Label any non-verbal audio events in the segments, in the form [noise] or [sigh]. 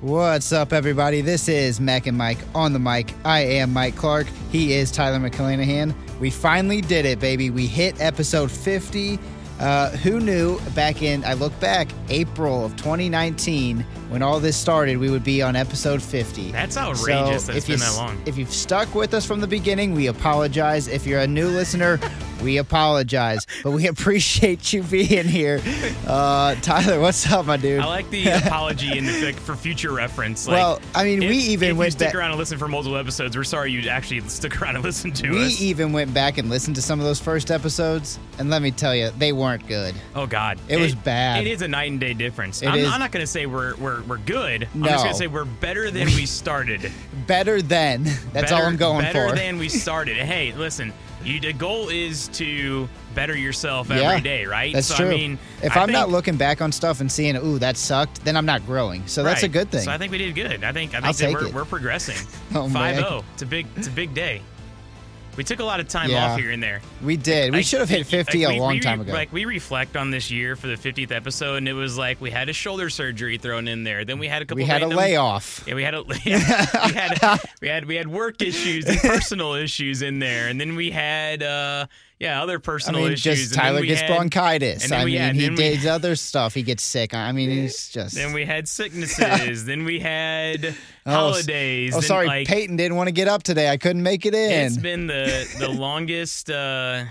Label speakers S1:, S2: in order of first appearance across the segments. S1: What's up, everybody? This is Mac and Mike on the mic. I am Mike Clark. He is Tyler McClanahan. We finally did it, baby. We hit episode 50. Uh, who knew back in, I look back, April of 2019, when all this started, we would be on episode 50.
S2: That's outrageous
S1: So
S2: that it's
S1: if you
S2: been that
S1: s-
S2: long.
S1: If you've stuck with us from the beginning, we apologize. If you're a new listener, [laughs] we apologize. But we appreciate you being here. Uh, Tyler, what's up, my dude?
S2: I
S1: [laughs]
S2: like the apology in the fic for future reference. Like,
S1: Well, I mean,
S2: if-
S1: we even
S2: if you
S1: went
S2: stick
S1: back-
S2: around and listen for multiple episodes. We're sorry you actually stuck around and [laughs] listened to
S1: we e-
S2: us.
S1: even went back and listened to some of those first episodes, and let me tell you, they weren't good.
S2: oh God,
S1: It was bad.
S2: It is a night and day difference.
S1: It
S2: I'm,
S1: is-
S2: I'm not gonna say we're we're we're good.
S1: No.
S2: I'm just gonna say we're better than we started.
S1: Better than. [laughs] That's all
S2: Better-
S1: I'm going
S2: better
S1: for. [laughs]
S2: than we started. Hey, listen, you, the goal is to better yourself
S1: Yeah.
S2: every day, right?
S1: That's
S2: so
S1: true.
S2: I mean,
S1: if
S2: I
S1: am not
S2: think-
S1: looking back on stuff and seeing, ooh, that sucked, then I'm not growing. So that's a
S2: Right.
S1: good thing.
S2: So I think we did good. I think I
S1: I'll
S2: think that
S1: take
S2: we're,
S1: it.
S2: we're progressing.
S1: [laughs] Oh, man.
S2: Five zero. It's a big it's a big day. We took a lot of time
S1: Yeah.
S2: off here and there.
S1: we did. We
S2: Like,
S1: should have hit
S2: like,
S1: 50
S2: we-
S1: a long
S2: we re-
S1: time ago.
S2: Like we reflect on this year for the 50th episode, and it was like we had a shoulder surgery thrown in there. Then we had a couple.
S1: we had
S2: random-
S1: a layoff.
S2: Yeah, we had a, [laughs] yeah, we had we had we had work issues
S1: [laughs]
S2: and personal issues in there, and then we had uh yeah other
S1: I
S2: personal
S1: mean,
S2: issues.
S1: just
S2: and then
S1: Tyler
S2: we
S1: gets
S2: had-
S1: bronchitis.
S2: and then
S1: I
S2: we-
S1: mean,
S2: yeah, and
S1: he
S2: then we- [laughs]
S1: did other stuff. He gets sick. I mean, he's just.
S2: Then we
S1: [laughs]
S2: had sicknesses. then we had
S1: Oh, s-
S2: holidays.
S1: oh,
S2: then,
S1: sorry,
S2: like,
S1: Peyton didn't want to get up today. I couldn't make it
S2: It's
S1: in.
S2: been the [laughs] the longest. Uh,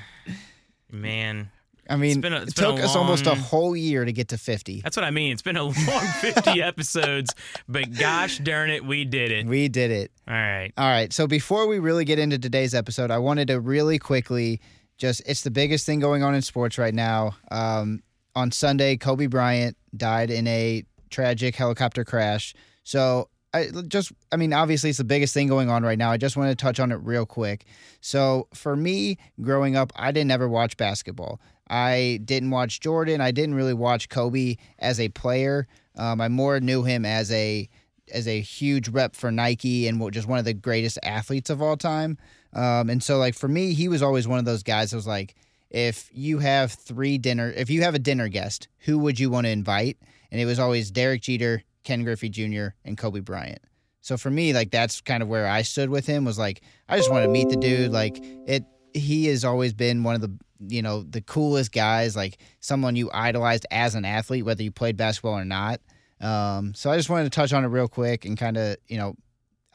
S2: man,
S1: I mean,
S2: been a-
S1: it
S2: it's been a
S1: took us almost a
S2: long-
S1: whole year to get to 50.
S2: that's what I mean. It's been a [laughs] long fifty episodes, but gosh darn it, we did it.
S1: We did it.
S2: All right.
S1: All right. So before we really get into today's episode, I wanted to really quickly just it's the biggest thing going on in sports right now. Um, on Sunday, Kobe Bryant died in a tragic helicopter crash. So I just, I mean, obviously it's the biggest thing going on right now. I just want to touch on it real quick. So for me, growing up, I didn't ever watch basketball. I didn't watch Jordan. I didn't really watch Kobe as a player. Um, I more knew him as a as a huge rep for Nike and wa- just one of the greatest athletes of all time. Um, and so, like for me, he was always one of those guys that was like, if you have three dinner, if you have a dinner guest, who would you want to invite? And it was always Derek Jeter, Ken Griffey Jr., and Kobe Bryant. So for me, like that's kind of where I stood with him was like, I just want to meet the dude. Like it, he has always been one of the you know the coolest guys, like someone you idolized as an athlete, whether you played basketball or not. Um, so I just wanted to touch on it real quick and kind of, you know,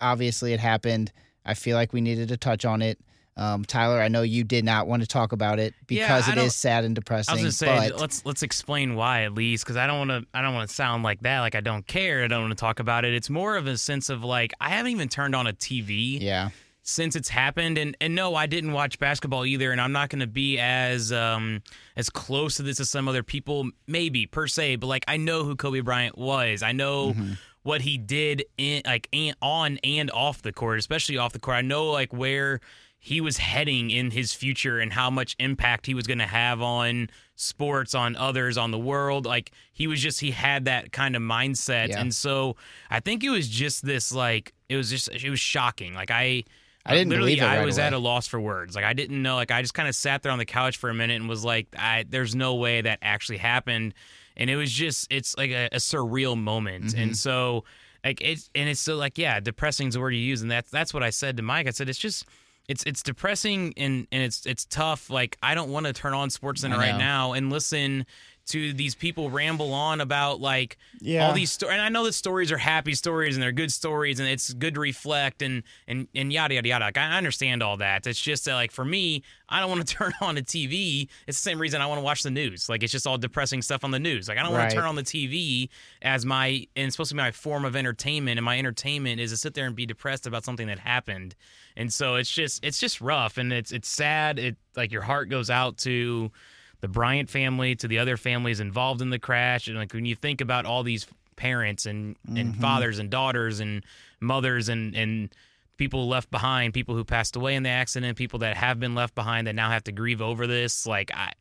S1: obviously it happened. I feel like we needed to touch on it. Um, Tyler, I know you did not want to talk about it
S2: Yeah,
S1: because
S2: I
S1: it
S2: don't-
S1: is sad and
S2: I
S1: depressing.
S2: was gonna say
S1: but
S2: let's let's explain why at least because I don't want to I don't want to sound like that like I don't care I don't want to talk about it. It's more of a sense of like I haven't even turned on a TV
S1: yeah,
S2: since it's happened and and no I didn't watch basketball either and I'm not going to be as um as close to this as some other people maybe per se but like I know who Kobe Bryant was I know what he did in like and, on and off the court especially off the court I know like where he was heading in his future and how much impact he was going to have on sports on others on the world like he was just he had that kind of mindset
S1: Yeah.
S2: and so I think it was just this like it was just it was shocking like I
S1: I didn't
S2: literally
S1: believe it
S2: I
S1: right
S2: was
S1: away.
S2: at a loss for words. Like I didn't know. Like I just kind of sat there on the couch for a minute and was like, I, "There's no way that actually happened." And it was just, it's like a, a surreal moment.
S1: Mm-hmm.
S2: And so, like it's and it's so like yeah, depressing is the word you use, and that's that's what I said to Mike. I said it's just. It's, it's depressing and, and it's it's tough. Like I don't want to turn on Sports Center
S1: I know.
S2: right now and listen to these people ramble on about like
S1: Yeah.
S2: all these stories. And I know that stories are happy stories and they're good stories and it's good to reflect and and and yada yada yada. Like, I understand all that. It's just that like for me, I don't want to [laughs] turn on the TV. It's the same reason I want to watch the news. Like it's just all depressing stuff on the news. Like I don't want
S1: Right.
S2: to turn on the TV as my and it's supposed to be my form of entertainment. And my entertainment is to sit there and be depressed about something that happened. And so it's just it's just rough and it's it's sad. It like your heart goes out to the Bryant family to the other families involved in the crash. And like when you think about all these parents and, and fathers and daughters and mothers and, and people left behind, people who passed away in the accident, people that have been left behind that now have to grieve over this. Like I,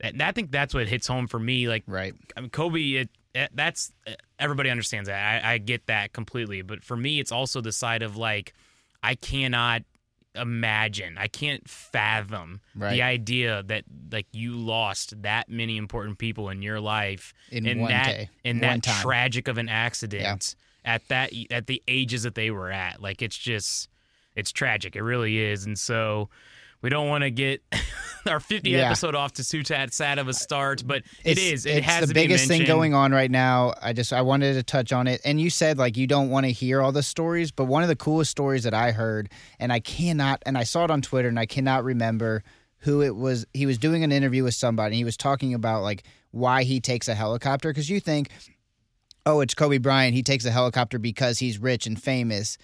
S2: that- I think that's what hits home for me. Like
S1: right.
S2: I mean, Kobe, it, it- that's eh, everybody understands that. I, I get that completely. But for me, it's also the side of like, I cannot imagine, I can't fathom
S1: Right.
S2: the idea that like you lost that many important people in your life
S1: In one
S2: that
S1: day,
S2: in
S1: one
S2: that
S1: time.
S2: tragic of an accident. at that at the ages that they were at. Like it's just it's tragic. It really is. And so we don't want to get [laughs] our 50
S1: Yeah.
S2: episode off to too tad sad of a start, but it is. It
S1: it's
S2: has
S1: the
S2: to
S1: biggest
S2: be
S1: thing
S2: mentioned.
S1: going on right now. I just I wanted to touch on it. And you said like you don't want to hear all the stories, but one of the coolest stories that I heard, and I cannot, and I saw it on Twitter, and I cannot remember who it was. He was doing an interview with somebody. And he was talking about like why he takes a helicopter because you think, oh, it's Kobe Bryant. He takes a helicopter because he's rich and famous.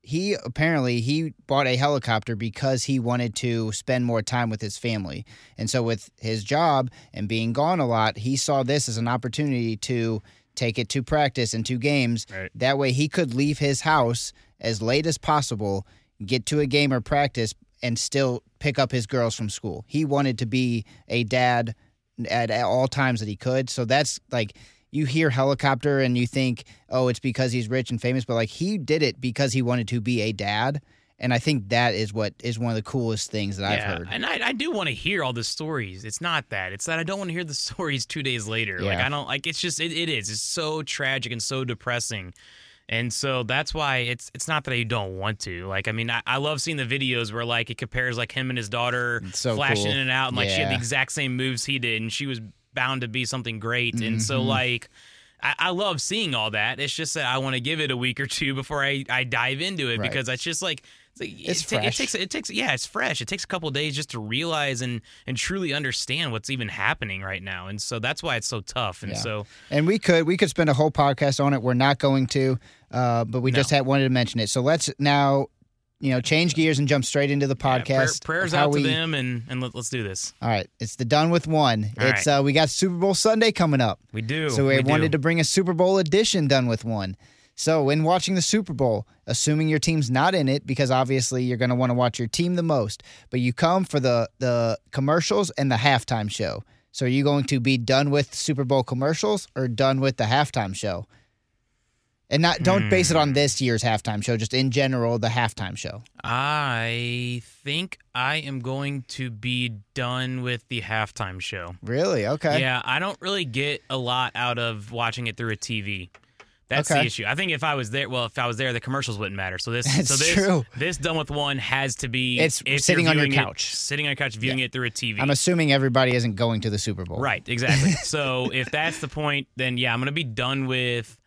S1: He apparently he bought a helicopter because he wanted to spend more time with his family. And so with his job and being gone a lot, he saw this as an opportunity to take it to practice and to games.
S2: Right.
S1: That way he could leave his house as late as possible, get to a game or practice and still pick up his girls from school. He wanted to be a dad at, at all times that he could. So that's like you hear helicopter and you think, "Oh, it's because he's rich and famous," but like he did it because he wanted to be a dad. And I think that is what is one of the coolest things that
S2: Yeah,
S1: I've heard.
S2: And I, I do want to hear all the stories. It's not that. It's that I don't want to hear the [laughs] stories two days later. Like
S1: Yeah.
S2: I don't like it's just it, it is. It's so tragic and so depressing. And so that's why it's it's not that I don't want to. Like I mean, I, I love seeing the videos where like it compares like him and his daughter
S1: It's so
S2: flashing
S1: cool.
S2: in and out and like she had the
S1: Yeah.
S2: exact same moves he did and she was bound to be something great. And so
S1: Mhm.
S2: like I, I love seeing all that. It's just that I want to give it a week or two before I, I dive into it
S1: Right.
S2: because it's just like it's, like,
S1: It's
S2: it, ta- it
S1: fresh.
S2: takes it takes yeah it's fresh it takes a couple of days just to realize and and truly understand what's even happening right now and so that's why it's so tough and
S1: Yeah.
S2: so
S1: And we could we could spend a whole podcast on it. We're not going to, uh, but we
S2: No.
S1: just had wanted to mention it. So let's now, you know, change gears and jump straight into the
S2: yeah,
S1: podcast.
S2: prayer- prayers
S1: of how
S2: out
S1: we-
S2: to them and and let, us do this
S1: All right, it's the done with one.
S2: All
S1: it's uh, we got Super Bowl Sunday coming up.
S2: we do
S1: So we,
S2: we
S1: wanted to bring a Super Bowl edition done with one. So when watching the Super Bowl, assuming your team's not in it, because obviously you're going to want to watch your team the most, but you come for the the commercials and the halftime show. So are you going to be done with Super Bowl commercials or done with the halftime show? And not don't base it on
S2: Hmm.
S1: this year's halftime show, just in general the halftime show.
S2: I think I am going to be done with the halftime show
S1: Really? Okay.
S2: yeah I don't really get a lot out of watching it through a TV. That's the
S1: Okay.
S2: issue. I think if I was there, well, if I was there, the commercials wouldn't matter. So this,
S1: That's
S2: so this,
S1: true.
S2: this done with one has to be
S1: It's
S2: if you're
S1: sitting on your
S2: viewing it-
S1: couch.
S2: sitting on your couch, viewing it through a TV.
S1: I'm assuming everybody isn't going to the Super Bowl.
S2: Right, exactly. [laughs] so if that's the point, then yeah, I'm gonna be done with,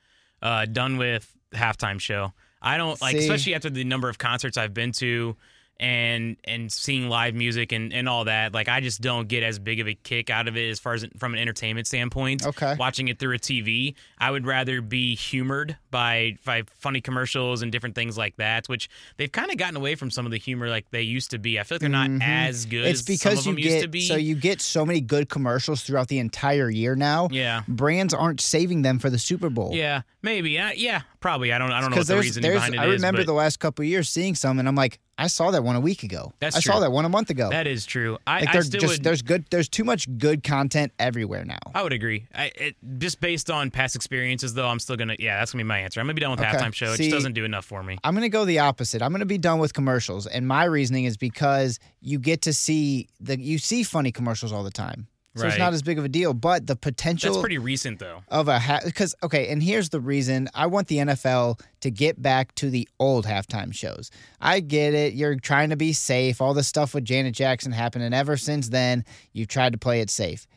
S2: uh, done with halftime show. I don't like,
S1: See.
S2: especially after the number of concerts I've been to, and and seeing live music and and all that. Like I just don't get as big of a kick out of it as far as from an entertainment standpoint.
S1: Okay.
S2: Watching it through a TV, I would rather be humored by by funny commercials and different things like that, which they've kind of gotten away from some of the humor like they used to be. I feel like they're not
S1: Mhm.
S2: as good.
S1: It's
S2: as
S1: because
S2: some of them
S1: you
S2: used to
S1: get
S2: be.
S1: so you get so many good commercials throughout the entire year now.
S2: yeah.
S1: brands aren't saving them for the Super Bowl.
S2: Yeah, maybe. Uh, yeah, probably. I don't. I don't know what
S1: Because
S2: the
S1: there's,
S2: reasoning
S1: there's,
S2: behind it is.
S1: I remember
S2: but
S1: the last couple of years seeing some, and I'm like, I saw that one a week ago.
S2: That's
S1: I saw
S2: true.
S1: that one a month ago.
S2: that is true. I,
S1: like
S2: I
S1: they're
S2: still
S1: just
S2: would.
S1: there's good there's too much good content everywhere now.
S2: I would agree. I, it, just based on past experiences, though, I'm still gonna. Yeah, that's gonna be my answer. I'm gonna be done with
S1: Okay.
S2: halftime show. It
S1: See-
S2: just doesn't do enough for me.
S1: I'm going to go the opposite. I'm going to be done with commercials, and my reasoning is because you get to see the you see funny commercials all the time, so it's
S2: Right.
S1: not as big of a deal. But the
S2: That's
S1: potential
S2: pretty recent, though.
S1: of a half because okay and here's the reason i want the nfl to get back to the old halftime shows i get it you're trying to be safe all this stuff with janet jackson happened and ever since then you've tried to play it safe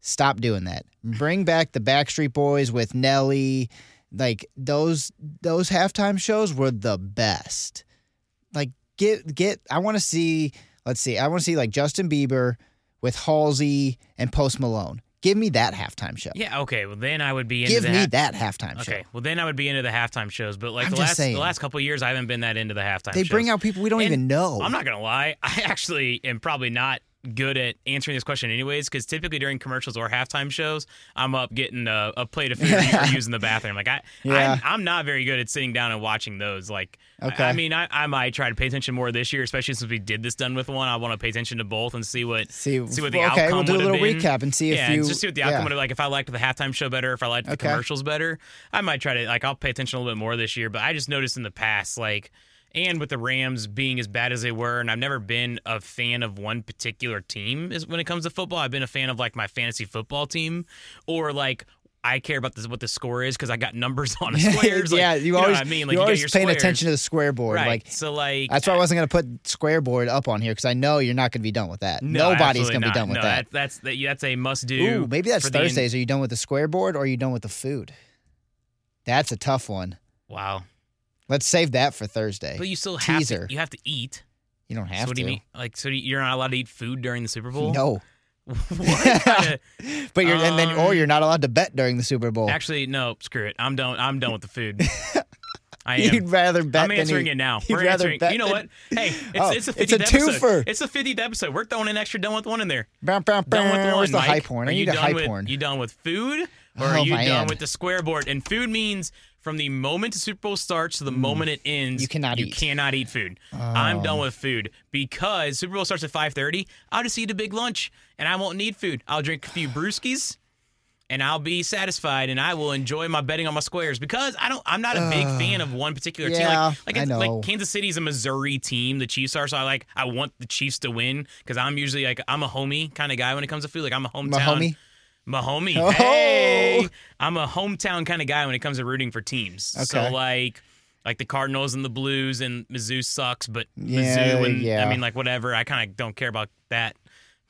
S1: stop doing that bring back the backstreet boys with nelly like those those halftime shows were the best like get get i want to see let's see i want to see like justin bieber with halsey and post malone give me that halftime show
S2: Yeah. Okay. Well, then I would be into
S1: give
S2: the
S1: me
S2: ha-
S1: that halftime
S2: Okay.
S1: show.
S2: Well, then I would be into the halftime shows. But like
S1: I'm
S2: the
S1: just
S2: last
S1: saying.
S2: the last couple of years, I haven't been that into the halftime.
S1: They
S2: shows.
S1: bring out people we don't
S2: And
S1: even know.
S2: I'm not gonna lie. [laughs] I actually am probably not good at answering this question, anyways, because typically during commercials or halftime shows, I'm up getting a, a plate of food or
S1: [laughs]
S2: using the bathroom. Like I,
S1: Yeah.
S2: I'm, I'm not very good at sitting down and watching those. Like, I-
S1: Okay.
S2: I, mean, I, I might try to pay attention more this year, especially since we did this done with one. I want to pay attention to both and see what
S1: see,
S2: see what the
S1: okay,
S2: outcome
S1: we'll do a
S2: would have
S1: little
S2: been.
S1: recap and see
S2: yeah,
S1: if
S2: and
S1: you
S2: just see what the
S1: yeah.
S2: outcome would have like. If I liked the halftime show better, if I liked the
S1: Okay.
S2: commercials better, I might try to like I'll pay attention a little bit more this year. But I just noticed in the past, like, and with the Rams being as bad as they were, and I've never been a fan of one particular team. Is when it comes to football, I've been a fan of like my fantasy football team or like I care about this, what the score is because I got numbers on the squares.
S1: [laughs] yeah,
S2: like,
S1: you always
S2: know what I mean. Like,
S1: you
S2: got
S1: always
S2: your
S1: paying
S2: squares.
S1: attention to the square board.
S2: right?
S1: Like
S2: so, like
S1: that's why I wasn't gonna put square board up on here because I know you're not gonna be done with that.
S2: no,
S1: Nobody's
S2: absolutely
S1: gonna
S2: not.
S1: be done with
S2: no,
S1: that.
S2: That's that, that's a must do.
S1: Ooh, maybe that's
S2: for the en-
S1: Thursdays. Are you done with the square board or are you done with the food? That's a tough one.
S2: wow,
S1: Let's save that for Thursday.
S2: but you still have
S1: Teaser.
S2: to. You have to eat.
S1: you don't
S2: so
S1: have
S2: what
S1: to.
S2: do you mean? Like, so you're not allowed to eat food during the Super Bowl?
S1: No,
S2: [laughs] What kinda-
S1: [laughs] but you're and then or
S2: Um,
S1: you're not allowed to bet during the Super Bowl.
S2: [laughs] Actually, no. Screw it. I'm done. I'm done with
S1: [laughs]
S2: the food. I am.
S1: You'd rather bet
S2: I'm
S1: than
S2: answering
S1: eat.
S2: it now.
S1: You'd
S2: We're
S1: rather
S2: answering.
S1: bet
S2: You know
S1: than-
S2: what? Hey, it's,
S1: Oh,
S2: it's a
S1: it's a
S2: 50th episode.
S1: twofer.
S2: It's a 50th episode. We're throwing an extra done with one in there.
S1: Bam, bam,
S2: Done with
S1: bam.
S2: one.
S1: Where's the
S2: Mike?
S1: high porn?
S2: Are
S1: I
S2: you
S1: need a
S2: done
S1: high
S2: with,
S1: porn.
S2: You done with food, or are
S1: Oh,
S2: you
S1: man.
S2: done with the square board? And food means from the moment the Super Bowl starts to the moment it ends,
S1: Mm. You cannot
S2: you
S1: eat. Oh.
S2: cannot eat food. I'm done with food because Super Bowl starts at 5:30. I'll just eat a big lunch, and I won't need food. I'll drink a few brewskis. And I'll be satisfied, and I will enjoy my betting on my squares because I don't. I'm not a big fan of one particular team.
S1: yeah,
S2: Like, like,
S1: I
S2: it's-
S1: know.
S2: like Kansas City's a Missouri team. The Chiefs are, so I like. I want the Chiefs to win because I'm usually like I'm a homie kind of guy when it comes to food. Like I'm a hometown.
S1: Mahomie?
S2: Mahomie.
S1: Oh.
S2: Hey, I'm a hometown kind of guy when it comes to rooting for teams. So
S1: Okay.
S2: like, like the Cardinals and the Blues and Mizzou sucks, but
S1: Yeah,
S2: Mizzou and
S1: yeah.
S2: I mean like whatever. I kind of don't care about that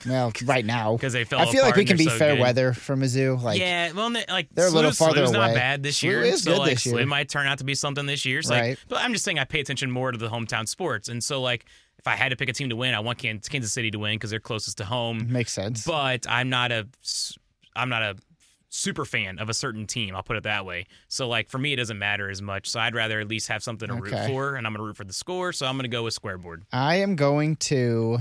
S1: Well, right now.
S2: because they fell.
S1: I feel like
S2: apart
S1: we
S2: and
S1: can be
S2: they're so
S1: fair
S2: good.
S1: weather from Mizzou. Like,
S2: yeah, well, they- like
S1: they're a little
S2: Slew's-
S1: farther
S2: Slew's not
S1: away.
S2: bad this
S1: Slew
S2: year,
S1: is
S2: so
S1: good
S2: like
S1: this year.
S2: Slew might turn out to be something this year. So, like-
S1: Right.
S2: but I'm just saying I pay attention more to the hometown sports, and so like if I had to pick a team to win, I want Kan- Kansas City to win because they're closest to home.
S1: makes sense.
S2: But I'm not a s- I'm not a super fan of a certain team. I'll put it that way. So like for me, it doesn't matter as much. So I'd rather at least have something to root
S1: Okay.
S2: for, and I'm gonna root for the score. So I'm gonna go with square board.
S1: I am going to.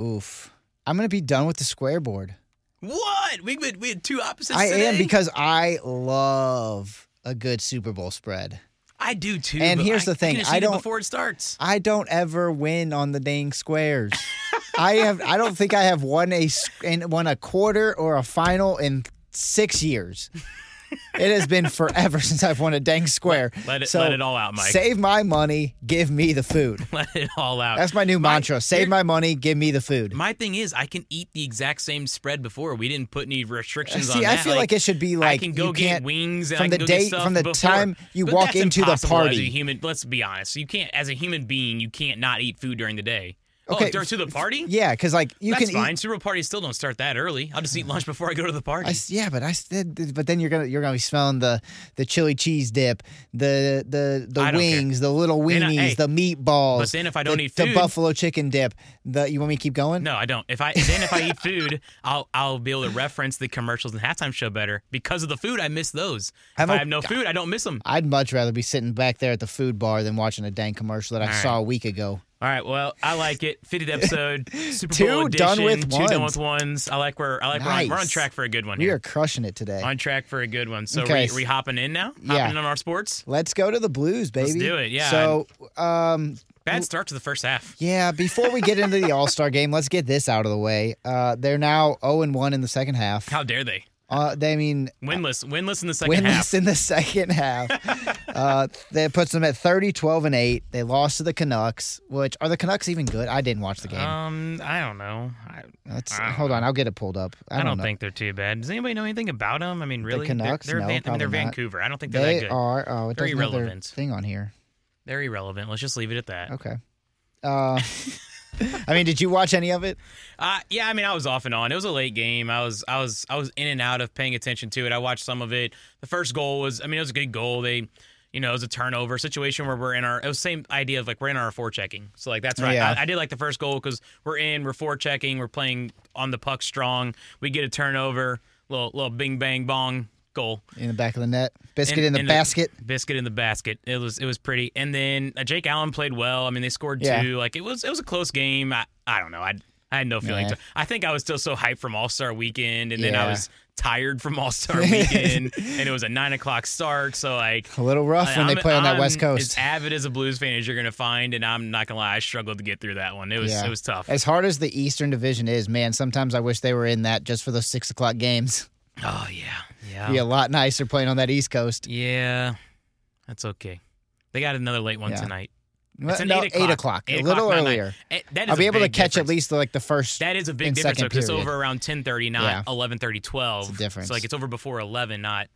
S1: Oof. I'm going to be done with the square board.
S2: What we had, we had two opposites.
S1: I am
S2: today?
S1: because I love a good Super Bowl spread.
S2: I do too.
S1: And
S2: but
S1: here's
S2: I
S1: the thing,
S2: finish
S1: I
S2: eating
S1: don't-
S2: before it starts.
S1: I don't ever win on the dang squares. I have. I don't think I have won a s- and won a quarter or a final in six years. It has been forever [laughs] since I've won a dang square.
S2: Let it
S1: So,
S2: let it all out, Mike.
S1: Save my money, give me the food.
S2: [laughs] let it all out.
S1: That's my new
S2: My-
S1: mantra. Save
S2: here-
S1: my money, give me the food.
S2: my thing is, I can eat the exact same spread before. We didn't put any restrictions on
S1: See,
S2: that.
S1: I feel like, it should be like
S2: I can go
S1: you
S2: get
S1: can't,
S2: wings and
S1: from
S2: I
S1: the
S2: can go
S1: day-
S2: get stuff
S1: from the
S2: before.
S1: time you
S2: But
S1: walk
S2: that's
S1: into the
S2: impossible as
S1: party.
S2: a human, let's be honest, you can't as a human being, you can't not eat food during the day.
S1: Okay,
S2: oh, during to the party?
S1: Yeah, because like you
S2: that's
S1: can
S2: fine.
S1: eat.
S2: Super Bowl parties still don't start that early. I'll just eat lunch before I go to the party.
S1: I s- yeah, but I said, but then you're gonna you're gonna be smelling the the chili cheese dip, the the the
S2: I don't care.
S1: wings, the little
S2: Then I-
S1: weenies,
S2: hey,
S1: the meatballs.
S2: but then if I don't
S1: the,
S2: eat
S1: the
S2: food-
S1: buffalo chicken dip, the you want me to keep going?
S2: no, I don't. If I then if I eat food, [laughs] I'll I'll be able to reference the commercials and halftime show better because of the food. I miss those.
S1: I'm
S2: if I
S1: o-
S2: have no food, I don't miss them.
S1: I'd much rather be sitting back there at the food bar than watching a dang commercial that I
S2: All right.
S1: saw a week ago.
S2: All right, well, I like it.
S1: [laughs]
S2: 50th episode, Super
S1: Two
S2: Bowl edition,
S1: done with
S2: two done
S1: ones.
S2: with ones. I like where I like we're, on, we're on
S1: Nice.
S2: track for a good one
S1: We
S2: here.
S1: are crushing it today.
S2: on track for a good one. So
S1: Okay.
S2: we we hopping in now, hopping
S1: Yeah.
S2: in on our sports.
S1: Let's go to the blues, baby.
S2: do it, yeah.
S1: So, um,
S2: Bad start to the first half.
S1: Yeah, before we get into the All Star [laughs] game, let's get this out of the way. Uh, they're now 0 and 1 in the second half.
S2: How dare they?
S1: Uh, they I mean,
S2: Winless, winless in the second
S1: winless
S2: half.
S1: in the second half.
S2: [laughs]
S1: uh, that puts them at 30, 12, and 8. They lost to the Canucks, which are the Canucks even good? I didn't watch the game.
S2: Um, I don't know. I,
S1: Let's,
S2: I don't
S1: hold on, I'll get it pulled up. I
S2: I
S1: don't,
S2: don't,
S1: know.
S2: think they're too bad. Does anybody know anything about them? I mean, really, They're-
S1: Canucks?
S2: They're,
S1: No,
S2: Van- I mean, they're
S1: probably not.
S2: Vancoover. I don't think they're
S1: they
S2: that good.
S1: are. Oh, it
S2: They're
S1: doesn't have their
S2: irrelevant.
S1: thing on here.
S2: They're irrelevant. Let's just leave it at that. [laughs]
S1: Okay. Uh, I mean, did you watch any of it?
S2: Uh, yeah, I mean, I was off and on. It was a late game. I was, I was, I was in and out of paying attention to it. I watched some of it. The first goal was, I mean, it was a good goal. They, you know, it was a turnover situation where we're in our. It was same idea of like we're in our forechecking. So like that's right.
S1: Yeah.
S2: I, I did like the first goal because we're in, we're forechecking, we're playing on the puck strong. We get a turnover, little little bing bang bong goal.
S1: In the back of the net? Biscuit in, the
S2: in the-
S1: basket?
S2: Biscuit in the basket. It was it was pretty. And then uh, Jake Allen played well. I mean, they scored
S1: Yeah.
S2: two. Like it was it was a close game. I, I don't know. I I had no feeling.
S1: Nah.
S2: To, I think I was still so hyped from All Star Weekend, and then
S1: Yeah.
S2: I was tired from All
S1: [laughs]
S2: Star Weekend, and it was a nine o'clock start. So like.
S1: A little rough when
S2: I'm-
S1: they play on that
S2: I'm
S1: West
S2: As
S1: Coast.
S2: avid as a Blues fan as you're gonna find, and I'm not gonna lie, I struggled to get through that one. It was
S1: Yeah.
S2: it was tough.
S1: As hard as the Eastern Division is, man, sometimes I wish they were in that just for those six o'clock games.
S2: Oh yeah, yeah,
S1: Be a lot nicer playing on that East Coast.
S2: yeah. That's okay. They got another late one
S1: Yeah.
S2: tonight. It's an
S1: no,
S2: eight o'clock.
S1: o'clock,
S2: Eight
S1: a little
S2: not nine.
S1: earlier.
S2: Eh, That is
S1: I'll be
S2: a
S1: able to
S2: big
S1: catch at
S2: difference.
S1: least the, like the first.
S2: That is a big
S1: and
S2: difference
S1: second
S2: because it's
S1: period.
S2: over around 10:30, not
S1: Yeah.
S2: 11:30, 12.
S1: It's a difference.
S2: So like it's over before 11, not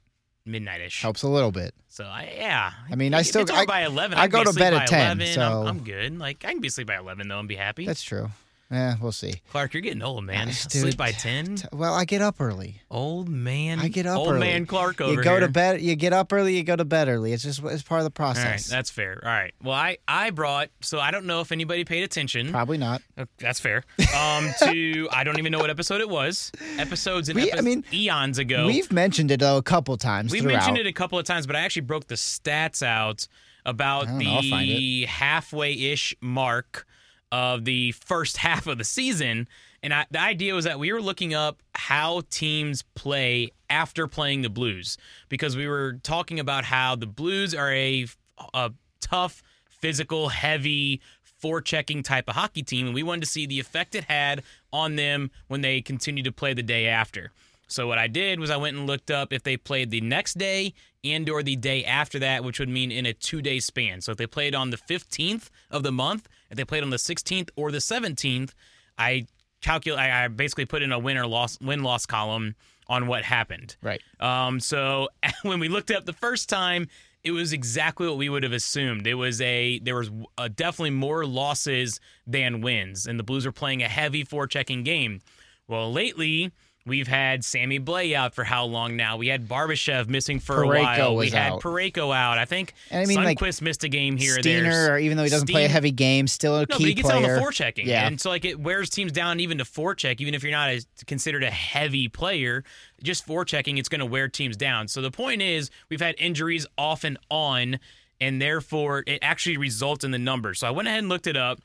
S2: midnightish.
S1: helps a little bit.
S2: So I, yeah.
S1: I mean, I
S2: If
S1: still-
S2: it's over
S1: I-
S2: by 11.
S1: I
S2: can
S1: go
S2: be
S1: to
S2: asleep
S1: bed
S2: by
S1: at 10,
S2: 11. I'm,
S1: so-
S2: I'm good. Like I can be asleep by 11 though and be happy.
S1: That's true. Yeah, we'll see.
S2: Clark, you're getting old, man.
S1: Nice,
S2: Sleep
S1: dude.
S2: by 10.
S1: T- Well, I get up early.
S2: Old man.
S1: I get up
S2: Old
S1: early.
S2: man Clark over
S1: you go
S2: here.
S1: to bed. You get up early. You go to bed early. It's just it's part of the
S2: All right,
S1: process.
S2: that's fair. All right. Well, I I brought so I don't know if anybody paid attention.
S1: Probably not.
S2: Uh, That's fair. Um, to I don't even know what episode it was. Episodes and
S1: We- I
S2: epi-
S1: mean,
S2: eons ago.
S1: We've mentioned it though a couple times.
S2: We've
S1: throughout.
S2: mentioned it a couple of times, but I actually broke the stats out about
S1: I don't know, I'll find
S2: the halfway-ish mark of the first [laughs] half of the season. And I, the idea was that we were looking up how teams play after playing the Blues because we were talking about how the Blues are a, a tough, physical, heavy, forechecking type of hockey team, and we wanted to see the effect it had on them when they continued to play the day after. So what I did was I went and looked up if they played the next day and or the day after that, which would mean in a two-day span. So if they played on the 15th of the month, if they played on the 16th or the 17th, I calculate I I basically put in a win or loss win loss column on what happened.
S1: Right.
S2: Um, so [laughs] when we looked it up the first time, it was exactly what we would have assumed. It was a there was uh definitely more losses than wins, and the Blues were playing a heavy four-checking game. Well, lately we've had Sammy Blay out for how long now? We had Barbashev missing for a
S1: Parayko
S2: while. We
S1: was
S2: had
S1: out.
S2: Pareko out. I think
S1: And I mean, like,
S2: Sunquist missed a game here or there.
S1: Steiner, or even though he doesn't play a
S2: Steen-
S1: heavy game, still a
S2: No,
S1: key
S2: but he gets
S1: player.
S2: on the forechecking,
S1: Yeah.
S2: and so like it wears teams down even to forecheck, even if you're not a, considered a heavy player. Just forechecking, it's going to wear teams down. So the point is, we've had injuries off and on, and therefore it actually results in the numbers. So I went ahead and looked it up.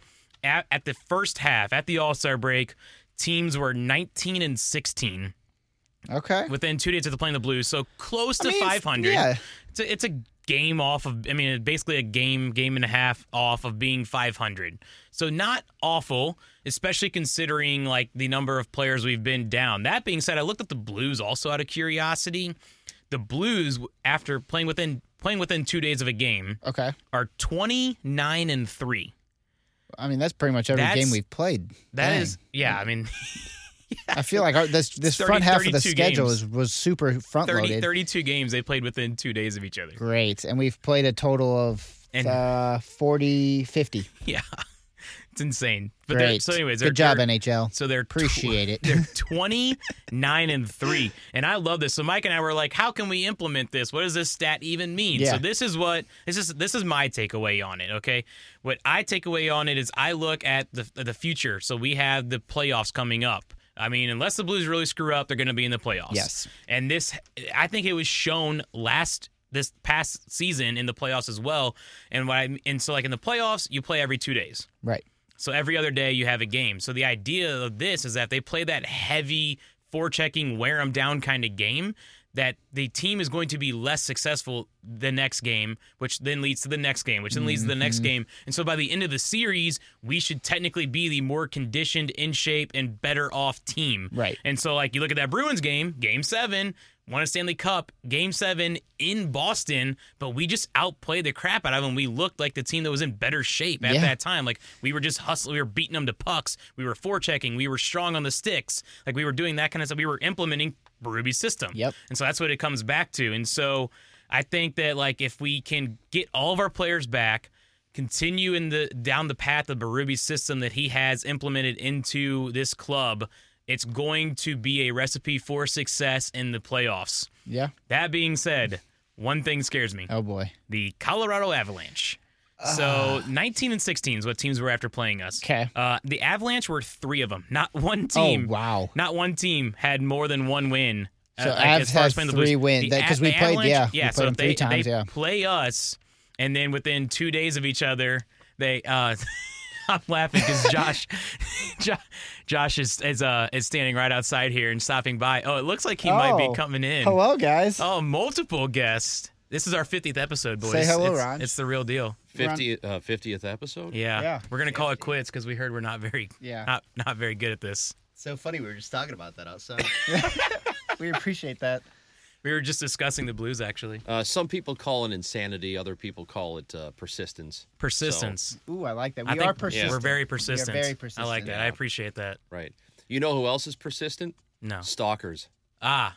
S2: At, at the first half, at the All Star break, teams were 19 and 16
S1: okay.
S2: within two days of playing the Blues, so close to
S1: I mean,
S2: 500.
S1: Yeah.
S2: It's a, it's a game off of. I mean, basically a game, game and a half off of being 500. So not awful, especially considering like the number of players we've been down. That being said, I looked at the Blues also out of curiosity. The Blues, after playing within playing within two days of a game,
S1: Okay.
S2: are 29 and three.
S1: I mean, that's pretty much every
S2: That's-
S1: game we've played.
S2: That
S1: Dang.
S2: is, yeah. I mean,
S1: I feel like our, this
S2: [laughs]
S1: this
S2: 30
S1: front half of the
S2: 32
S1: schedule
S2: games.
S1: is, was super front
S2: 30,
S1: loaded.
S2: 32 games they played within two days of each other.
S1: Great. And we've played a total of
S2: And-
S1: uh, 40, 50.
S2: Yeah, it's insane. But they're-
S1: Great.
S2: so, anyways, they're-
S1: good job,
S2: they're-
S1: NHL.
S2: So they're tw-
S1: Appreciate it. [laughs]
S2: They're 29 and 3. And I love this. So Mike and I were like, how can we implement this? What does this stat even mean?
S1: Yeah.
S2: So this is what this is this is my takeaway on it, okay? What I take away on it is I look at the the future. So we have the playoffs coming up. I mean, unless the Blues really screw up, they're going to be in the playoffs.
S1: Yes.
S2: And this, I think it was shown last this past season in the playoffs as well. And what I and so like in the playoffs, you play every two days.
S1: Right.
S2: So every other day you have a game. So the idea of this is that they play that heavy forechecking, wear them down kind of game. That the team is going to be less successful the next game, which then leads to the next game, which then leads to the next game. And so by the end of the series, we should technically be the more conditioned, in shape, and better off team.
S1: Right.
S2: And so, like, you look at that Bruins game, game seven, won a Stanley Cup, game seven in Boston, but we just outplayed the crap out of them. We looked like the team that was in better shape at
S1: Yeah.
S2: that time. Like, we were just hustling, we were beating them to pucks, we were forechecking, we were strong on the sticks. Like, we were doing that kind of stuff. We were implementing Ruby's system.
S1: Yep.
S2: And so that's what it comes back to. And so I think that like if we can get all of our players back, continue in the down the path of Baruby's system that he has implemented into this club, it's going to be a recipe for success in the playoffs.
S1: Yeah.
S2: That being said, one thing scares me.
S1: Oh, boy.
S2: The Colorado Avalanche. So 19 and 16 is what teams were after playing us.
S1: 'Kay.
S2: Uh, the Avalanche were three of them. Not one team
S1: Oh, wow.
S2: not one team had more than one win. Uh,
S1: So
S2: like,
S1: Avs
S2: as far as
S1: has
S2: playing the
S1: three
S2: Blues.
S1: win-
S2: The
S1: that- 'cause
S2: A-
S1: we
S2: the
S1: played-
S2: Avalanche-
S1: yeah, we
S2: yeah.
S1: played
S2: so
S1: them
S2: if
S1: three
S2: they,
S1: times,
S2: they
S1: yeah.
S2: play us, and then within two days of each other, they. Uh, [laughs] I'm laughing because Josh, [laughs] Jo- Josh is is uh is standing right outside here and stopping by. Oh, it looks like he might be
S1: Oh,
S2: coming in.
S1: Hello, guys.
S2: Oh, multiple guests. This is our 50th episode, boys.
S1: Say hello,
S2: it's,
S1: Raj.
S2: It's the real deal.
S3: 50, uh, 50th episode?
S2: Yeah.
S1: Yeah.
S2: We're gonna call it quits because we heard we're not very
S1: Yeah.
S2: not not very good at this.
S1: [laughs]
S4: So funny, we were just talking about that outside.
S1: We appreciate that.
S2: We were just discussing the blues actually.
S3: Uh, some people call it insanity. Other people call it uh, persistence.
S2: Persistence.
S1: Ooh, I like that.
S2: I
S1: We
S2: think
S1: are persistent.
S2: We're very persistent.
S1: very
S2: I like
S1: persistent.
S2: that. I appreciate that.
S3: Right. You know who else is persistent?
S2: No.
S3: Stalkers.
S2: Ah.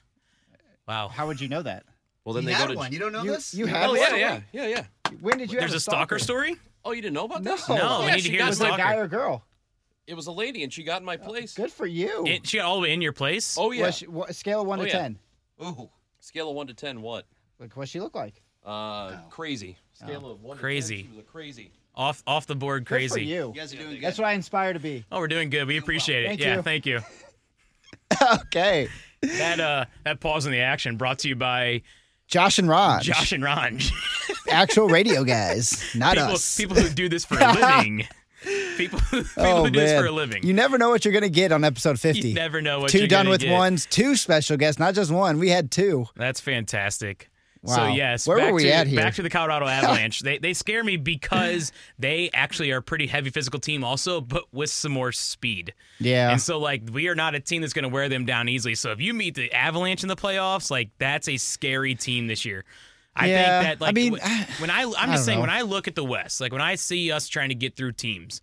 S2: Wow.
S1: How would you know that?
S3: Well, then
S4: you
S3: they
S4: had
S3: go to.
S4: one. You don't know
S1: You-
S4: this?
S1: you had
S3: Oh
S1: one?
S3: yeah, yeah, yeah, yeah.
S1: When did you?
S2: There's
S1: have
S2: a stalker story?
S3: Oh, you didn't know about
S1: No,
S3: this?
S2: No, we
S3: Yeah,
S2: need to
S3: she
S2: hear
S3: got
S2: the
S1: Was it a
S3: my-
S2: stalker.
S1: guy or girl?
S3: It was a lady, and she got in my place.
S1: Good for you.
S2: It, she got all the way in your place?
S3: Oh yeah.
S1: Was she, what, scale of one
S3: Oh,
S1: to
S3: yeah.
S1: ten.
S4: Ooh.
S3: Scale of one to ten, what?
S1: Like what she look like?
S3: Uh, crazy. Scale of one.
S2: Crazy.
S3: To 10, she was a crazy.
S2: Off off the board
S1: Good for
S2: crazy.
S1: you.
S4: You guys are doing
S1: That's
S4: good.
S1: what I inspire to
S2: [laughs]
S1: be.
S2: Oh, we're doing good. We appreciate it.
S1: Thank
S2: yeah,
S1: you. [laughs]
S2: thank you.
S1: okay.
S2: That uh that pause in the action brought to you by
S1: Josh and Ron,
S2: Josh and Ron.
S1: actual radio guys, not
S2: [laughs] people,
S1: us.
S2: people who do this for
S1: [laughs]
S2: a living. people [laughs] people
S1: oh
S2: who do this
S1: man,
S2: for a living.
S1: you never know what you're gonna get on episode fifty.
S2: You never know what
S1: 2
S2: you're
S1: done
S2: gonna
S1: with
S2: get.
S1: ones, two special guests, not just one. We had two.
S2: That's fantastic. So
S1: Wow.
S2: yes,
S1: Where were
S2: back
S1: we
S2: to,
S1: at here?
S2: Back to the Colorado Avalanche. they they scare me because [laughs] they actually are a pretty heavy physical team, also, but with some more speed.
S1: Yeah.
S2: And so like we are not a team that's going to wear them down easily. So if you meet the Avalanche in the playoffs, like that's a scary team this year. I
S1: Yeah,
S2: think that
S1: I
S2: like
S1: mean,
S2: w- when I I'm
S1: don't
S2: just saying
S1: know.
S2: when I look at the West, like when I see us trying to get through teams,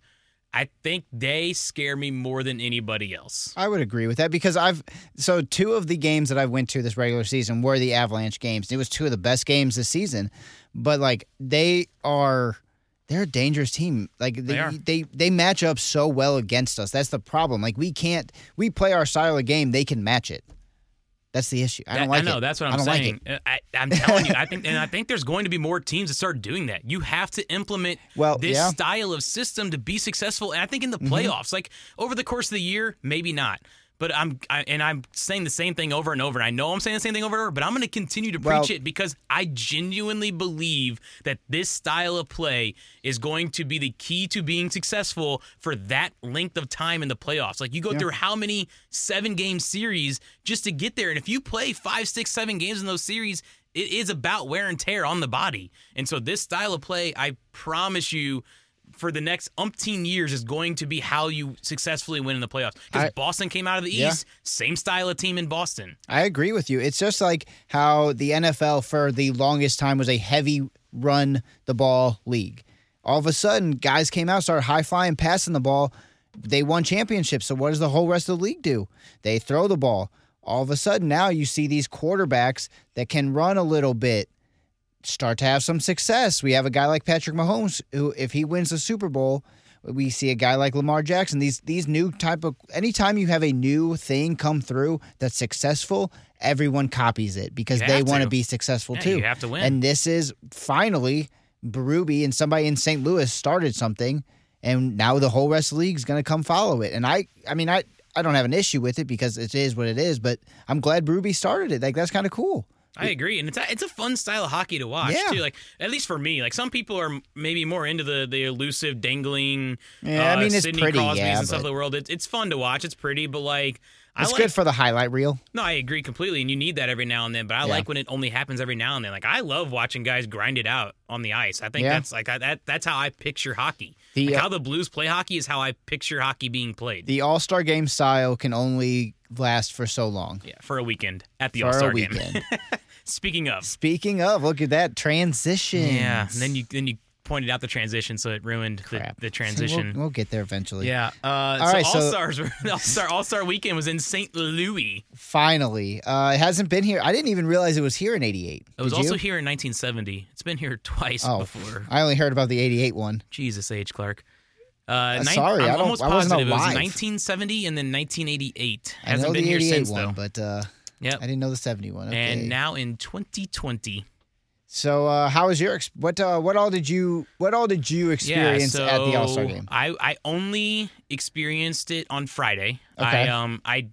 S2: I think they scare me more than anybody else.
S1: I would agree with that because I've so two of the games that I went to this regular season were the Avalanche games. It was two of the best games this season, but like they are, they're a dangerous team. Like they
S2: They are.
S1: they, they match up so well against us. That's the problem. Like we can't we play our style of game. They can match it. That's the issue. I don't
S2: I
S1: like
S2: know
S1: it.
S2: that's what
S1: I
S2: I'm
S1: don't like
S2: saying. Uh, I, I'm telling you, I think, and I think there's going to be more teams that start doing that. You have to implement
S1: Well,
S2: this
S1: yeah. Mm-hmm.
S2: style of system to be successful. And I think in the playoffs, like over the course of the year, maybe not. But I'm I, and I'm saying the same thing over and over. And I know I'm saying the same thing over and over, but I'm going to continue to
S1: Well-
S2: preach it because I genuinely believe that this style of play is going to be the key to being successful for that length of time in the playoffs. Like you go through how many seven game series just to get there, and if you play five, six, seven games in those series, it is about wear and tear on the body. And so this style of play, I promise you. For the next umpteen years is going to be how you successfully win in the playoffs. Because
S1: I-
S2: Boston came out of the
S1: Yeah.
S2: East, same style of team in Boston.
S1: I agree with you. It's just like how the NFL for the longest time was a heavy run the ball league. All of a sudden, guys came out, started high flying, passing the ball. They won championships. So what does the whole rest of the league do? They throw the ball. All of a sudden, now you see these quarterbacks that can run a little bit start to have some success. We have a guy like Patrick Mahomes who, if he wins the Super Bowl, we see a guy like Lamar Jackson. These these new type of anytime you have a new thing come through that's successful, everyone copies it because
S2: You
S1: they
S2: have
S1: want to
S2: to.
S1: be successful
S2: Yeah,
S1: too.
S2: you have to win.
S1: And this is finally Berube and somebody in St. Louis started something, and now the whole rest of the league is going to come follow it. And I, I mean, I. I don't have an issue with it because it is what it is, but I'm glad Berube started it. Like that's kind of cool.
S2: I agree, and it's a, it's a fun style of hockey to watch
S1: Yeah.
S2: too. Like at least for me, like some people are m- maybe more into the the elusive dangling.
S1: Yeah, I
S2: uh,
S1: mean, it's
S2: Sidney
S1: pretty,
S2: Crosby's
S1: yeah,
S2: and stuff of
S1: but-
S2: the world. It, it's fun to watch. It's pretty, but like I
S1: It's
S2: like.
S1: good for the highlight reel.
S2: no, I agree completely, and you need that every now and then. But I
S1: Yeah.
S2: like when it only happens every now and then. Like I love watching guys grind it out on the ice. I think
S1: Yeah.
S2: that's like I, that. That's how I picture hockey.
S1: The,
S2: like
S1: uh,
S2: how the Blues play hockey is how I picture hockey being played.
S1: the All Star Game style can only last for so long.
S2: yeah, for a weekend at the
S1: for
S2: All Star
S1: a
S2: game.
S1: weekend.
S2: [laughs] Speaking of,
S1: Speaking of, look at that transition.
S2: Yeah, and then you then you pointed out the transition, so it ruined the,
S1: Crap.
S2: the
S1: We'll,
S2: transition.
S1: we'll get there eventually.
S2: yeah. Uh,
S1: All
S2: so
S1: right, so-
S2: All Stars, [laughs] All Star, All Star Weekend was in St. Louis.
S1: Finally, uh, it hasn't been here. I didn't even realize it was here in '88.
S2: It was
S1: Did
S2: also
S1: you?
S2: here in 1970. It's been here twice
S1: Oh.
S2: before.
S1: I only heard about the '88 one.
S2: Jesus H. Clark. Uh, nine-
S1: sorry,
S2: I'm
S1: I don't-
S2: almost
S1: I wasn't
S2: positive it was
S1: alive.
S2: 1970 and then 1988.
S1: I
S2: Hasn't
S1: know
S2: been
S1: the
S2: here since
S1: one,
S2: though.
S1: but uh,
S2: Yep.
S1: I didn't know the '70 one. Okay.
S2: And now in 2020.
S1: so uh, how was your ex- what? Uh, what all did you what all did you experience
S2: yeah, so
S1: at the All Star Game?
S2: I, I only experienced it on Friday.
S1: Okay.
S2: I um I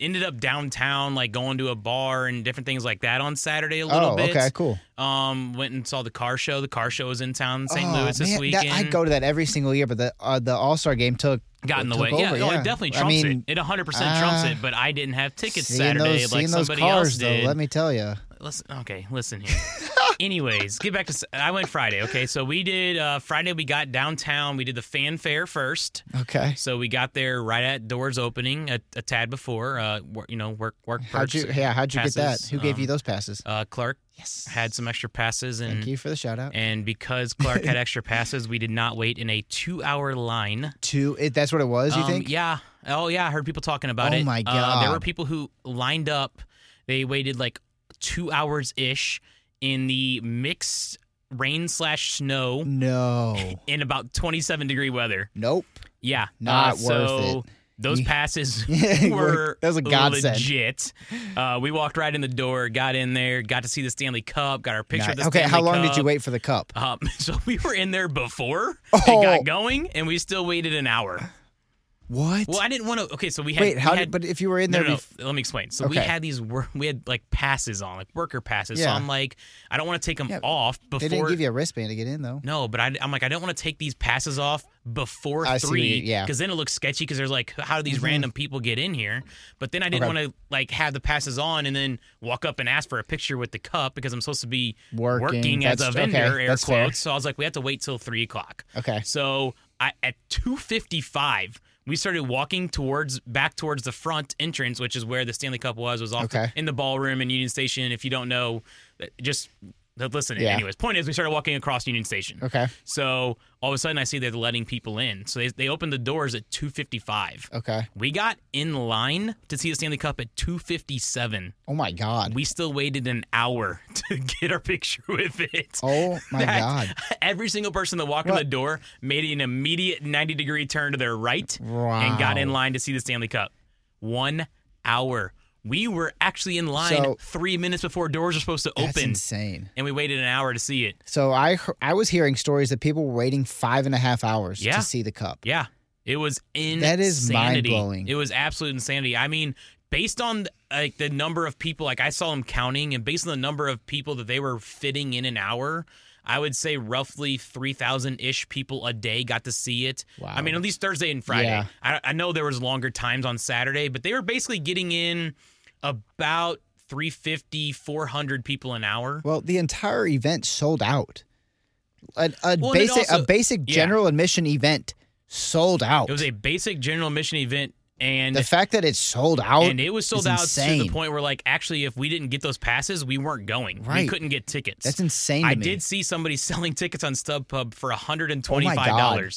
S2: ended up downtown, like going to a bar and different things like that on Saturday a little
S1: oh,
S2: bit.
S1: okay, cool.
S2: Um, went and saw the car show. The car show was in town, in St.
S1: Oh,
S2: Louis this
S1: man, that-
S2: weekend.
S1: I go to that every single year, but the uh, the All Star Game took
S2: Got in the
S1: took
S2: way. yeah,
S1: over,
S2: no,
S1: yeah.
S2: it definitely
S1: I
S2: trumps
S1: mean,
S2: it. It 100 percent trumps
S1: ah,
S2: it. But I didn't have tickets
S1: Seeing
S2: Saturday
S1: those,
S2: like
S1: seeing those
S2: somebody
S1: cars,
S2: else did.
S1: Though, let me tell you, [laughs]
S2: Listen, okay, listen here. Anyways, get back to. s- I went Friday. Okay, so we did uh, Friday. We got downtown. We did the fanfare first.
S1: Okay.
S2: So we got there right at doors opening, a, a tad before. Uh, wor- you know, work work.
S1: How'd
S2: perks.
S1: you? Yeah. How'd you get that?
S2: passes,
S1: Who gave you
S2: um,
S1: those passes?
S2: Uh, Clark
S1: Yes.
S2: had some extra passes, and
S1: Thank you for the shout out.
S2: and because Clark
S1: [laughs]
S2: had extra passes, we did not wait in a two-hour line.
S1: Two. It, that's what it was. You
S2: Um,
S1: think?
S2: Yeah. Oh yeah, I heard people talking about
S1: Oh,
S2: it.
S1: my
S2: Uh, there were
S1: God.
S2: people who lined up. They waited like two hours ish in the mixed rain slash snow
S1: No.
S2: [laughs] in about twenty seven degree weather.
S1: nope.
S2: Yeah,
S1: Not
S2: uh,
S1: worth
S2: so
S1: [laughs]
S2: Those
S1: You-
S2: passes
S1: It
S2: were
S1: worked. That was a godsend.
S2: legit. Uh, we walked right in the door, got in there, got to see the Stanley Cup, got our picture.
S1: Nice.
S2: Of the
S1: Okay. How
S2: Stanley
S1: long did
S2: Cup.
S1: you wait for the cup?
S2: Um, [laughs] so we were in
S1: [laughs]
S2: there before
S1: Oh.
S2: it got going, and we still waited an hour.
S1: What?
S2: Well, I didn't want to. Okay, so we had.
S1: Wait. How
S2: we
S1: did?
S2: had,
S1: But if you were in
S2: no,
S1: there,
S2: no, no.
S1: bef-
S2: Let me explain. So we
S1: Okay.
S2: had these. wor- We had like passes on, like worker passes. So
S1: Yeah.
S2: I'm like, I don't want to take them
S1: Yeah,
S2: off before.
S1: they didn't give you a wristband to get in though.
S2: No, but I, I'm like, I don't want to take these passes off before
S1: I see what
S2: three,
S1: you- yeah. Mm-hmm.
S2: because then it looks sketchy. Because there's like, how do these random people get in here? But then I didn't
S1: Okay.
S2: want to like have the passes on and then walk up and ask for a picture with the cup because I'm supposed to be
S1: Working,
S2: as a
S1: that's-
S2: vendor,
S1: okay,
S2: air
S1: that's
S2: quotes.
S1: fair.
S2: So I was like, we have to wait till three o'clock.
S1: Okay.
S2: So I, at 2:55, we started walking towards back towards the front entrance, which is where the Stanley Cup was. Was off
S1: Okay.
S2: in the ballroom in Union Station. If you don't know, uh, just uh, listen.
S1: Yeah.
S2: Anyways, point is, we started walking across Union Station.
S1: Okay.
S2: So all of a sudden, I see they're letting people in. So they they opened the doors at 2:55.
S1: Okay.
S2: We got in line to see the Stanley Cup at 2:57.
S1: Oh my god.
S2: We still waited an hour [laughs] to get our picture with it.
S1: oh my
S2: [laughs] That-
S1: god.
S2: Every single person that walked in
S1: What?
S2: the door made an immediate 90 degree turn to their right and got in
S1: Wow.
S2: line to see the Stanley Cup. One hour. We were actually in line
S1: So-
S2: three minutes before doors were supposed to
S1: That's
S2: open,
S1: insane.
S2: and we waited an hour to see it.
S1: So I he- I was hearing stories that people were waiting five and a half hours
S2: Yeah.
S1: to see the cup.
S2: Yeah, it was insanity.
S1: That is mind-blowing.
S2: It was absolute insanity. I mean, based on like the number of people, like I saw them counting, and based on the number of people that they were fitting in an hour. I would say roughly 3,000 ish people a day got to see it.
S1: Wow.
S2: I mean, at least Thursday and Friday.
S1: Yeah.
S2: I, I know there was longer times on Saturday, but they were basically getting in about 350, 400 people an hour.
S1: Well, the entire event sold out. A, a
S2: Well, and it
S1: basic
S2: also-
S1: a basic
S2: yeah.
S1: general admission event sold out.
S2: It was a basic general admission event, and
S1: the fact that it's sold out
S2: and it was sold
S1: is
S2: out to
S1: Oh, insane.
S2: the point where like actually if we didn't get those passes we weren't going we
S1: Right.
S2: couldn't get tickets
S1: that's insane. To
S2: i
S1: me.
S2: did see somebody [laughs] selling tickets on stubpub for
S1: Oh my
S2: $125
S1: God.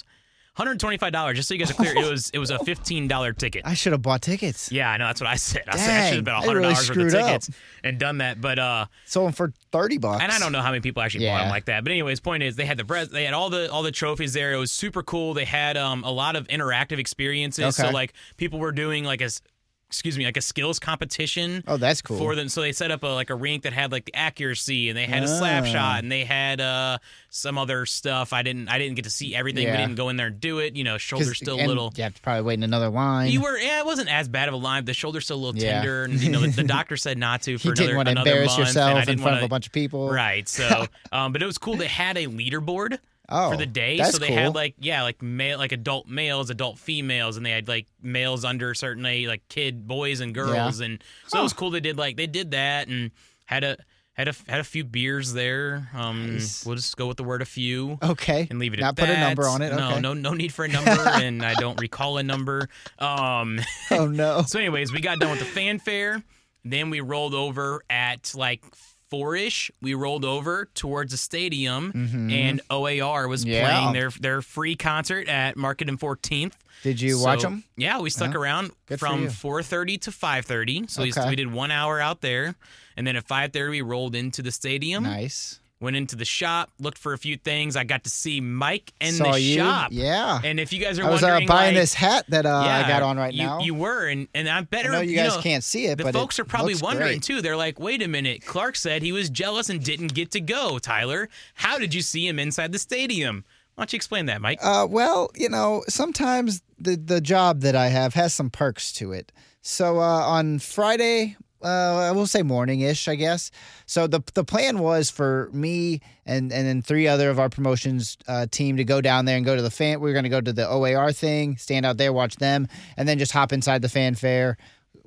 S2: $125 just so you guys are clear
S1: [laughs]
S2: it was it was a $15 ticket
S1: I should have bought tickets.
S2: yeah, I know that's what I said. I said I should have been
S1: Dang,
S2: $100
S1: they really
S2: worth of
S1: screwed up.
S2: tickets and done that. But uh
S1: Sold them for thirty bucks.
S2: and I don't know how many people actually bought
S1: Yeah.
S2: them like that. But anyways, point is they had the pres- they had all the all the trophies there. It was super cool. They had um a lot of interactive experiences. So
S1: Okay.
S2: like people were doing like a s- excuse me, like a skills competition
S1: Oh, that's cool.
S2: for them. So they set up a like a rink that had like the accuracy, and they had a slap
S1: Ah.
S2: shot, and they had uh some other stuff. I didn't I didn't get to see everything. We
S1: Yeah.
S2: didn't go in there and do it. You know,
S1: 'Cause-
S2: shoulder's still a
S1: and
S2: little.
S1: You have to probably wait in another line.
S2: You were yeah, it wasn't as bad of a line. The shoulder's still a little
S1: Yeah.
S2: tender, and you know the, the doctor said
S1: [laughs]
S2: not to for
S1: you
S2: another
S1: didn't want to
S2: another
S1: embarrass
S2: month, and I
S1: yourself in
S2: didn't
S1: front of
S2: wanna-
S1: a bunch of people. [laughs]
S2: Right. So, um, but it was cool. They had a leaderboard
S1: Oh,
S2: for the day.
S1: That's
S2: so they
S1: cool.
S2: had like yeah, like male, like adult males, adult females, and they had like males under a certain age, like kid boys and girls, and so it was cool. They did like they did that and had a had a had a few beers there. Um,
S1: Nice.
S2: we'll just go with the word a few.
S1: okay,
S2: And leave it
S1: Not
S2: at
S1: put
S2: that.
S1: a number on it.
S2: No,
S1: okay.
S2: no, no need for a number, and I don't recall a number. Um,
S1: [laughs] Oh
S2: [laughs]
S1: no.
S2: so, anyways, we got done with the fanfare. Then we rolled over at like four ish. We rolled over towards the stadium, and OAR was
S1: Mm-hmm. Yeah.
S2: playing their their free concert at Market and Fourteenth.
S1: Did you watch them?
S2: Yeah, we stuck around
S1: Good for
S2: from
S1: you.
S2: four thirty to five thirty. So we,
S1: Okay.
S2: we did one hour out there, and then at five thirty we rolled into the stadium.
S1: Nice.
S2: Went into the shop, looked for a few things. I got to see Mike and
S1: Saw
S2: the
S1: you.
S2: shop.
S1: Yeah.
S2: And if you guys are
S1: I was uh,
S2: wondering,
S1: buying
S2: like,
S1: this hat that uh, I
S2: yeah,
S1: got on right
S2: you,
S1: now.
S2: You were, and and I
S1: I
S2: better.
S1: know you guys
S2: know,
S1: can't see it,
S2: the
S1: but
S2: folks
S1: it
S2: are probably
S1: looks
S2: wondering
S1: great.
S2: too. They're like, "Wait a minute! Clark said he was jealous and didn't get to go." Tyler, how did you see him inside the stadium? Why don't you explain that, Mike?
S1: Uh, well, you know, sometimes the the job that I have has some perks to it. So uh, on Friday, uh, I will say morning ish, I guess. So the the plan was for me and and then three other of our promotions uh, team to go down there and go to the fan. We were going to go to the OAR thing, stand out there, watch them, and then just hop inside the fanfare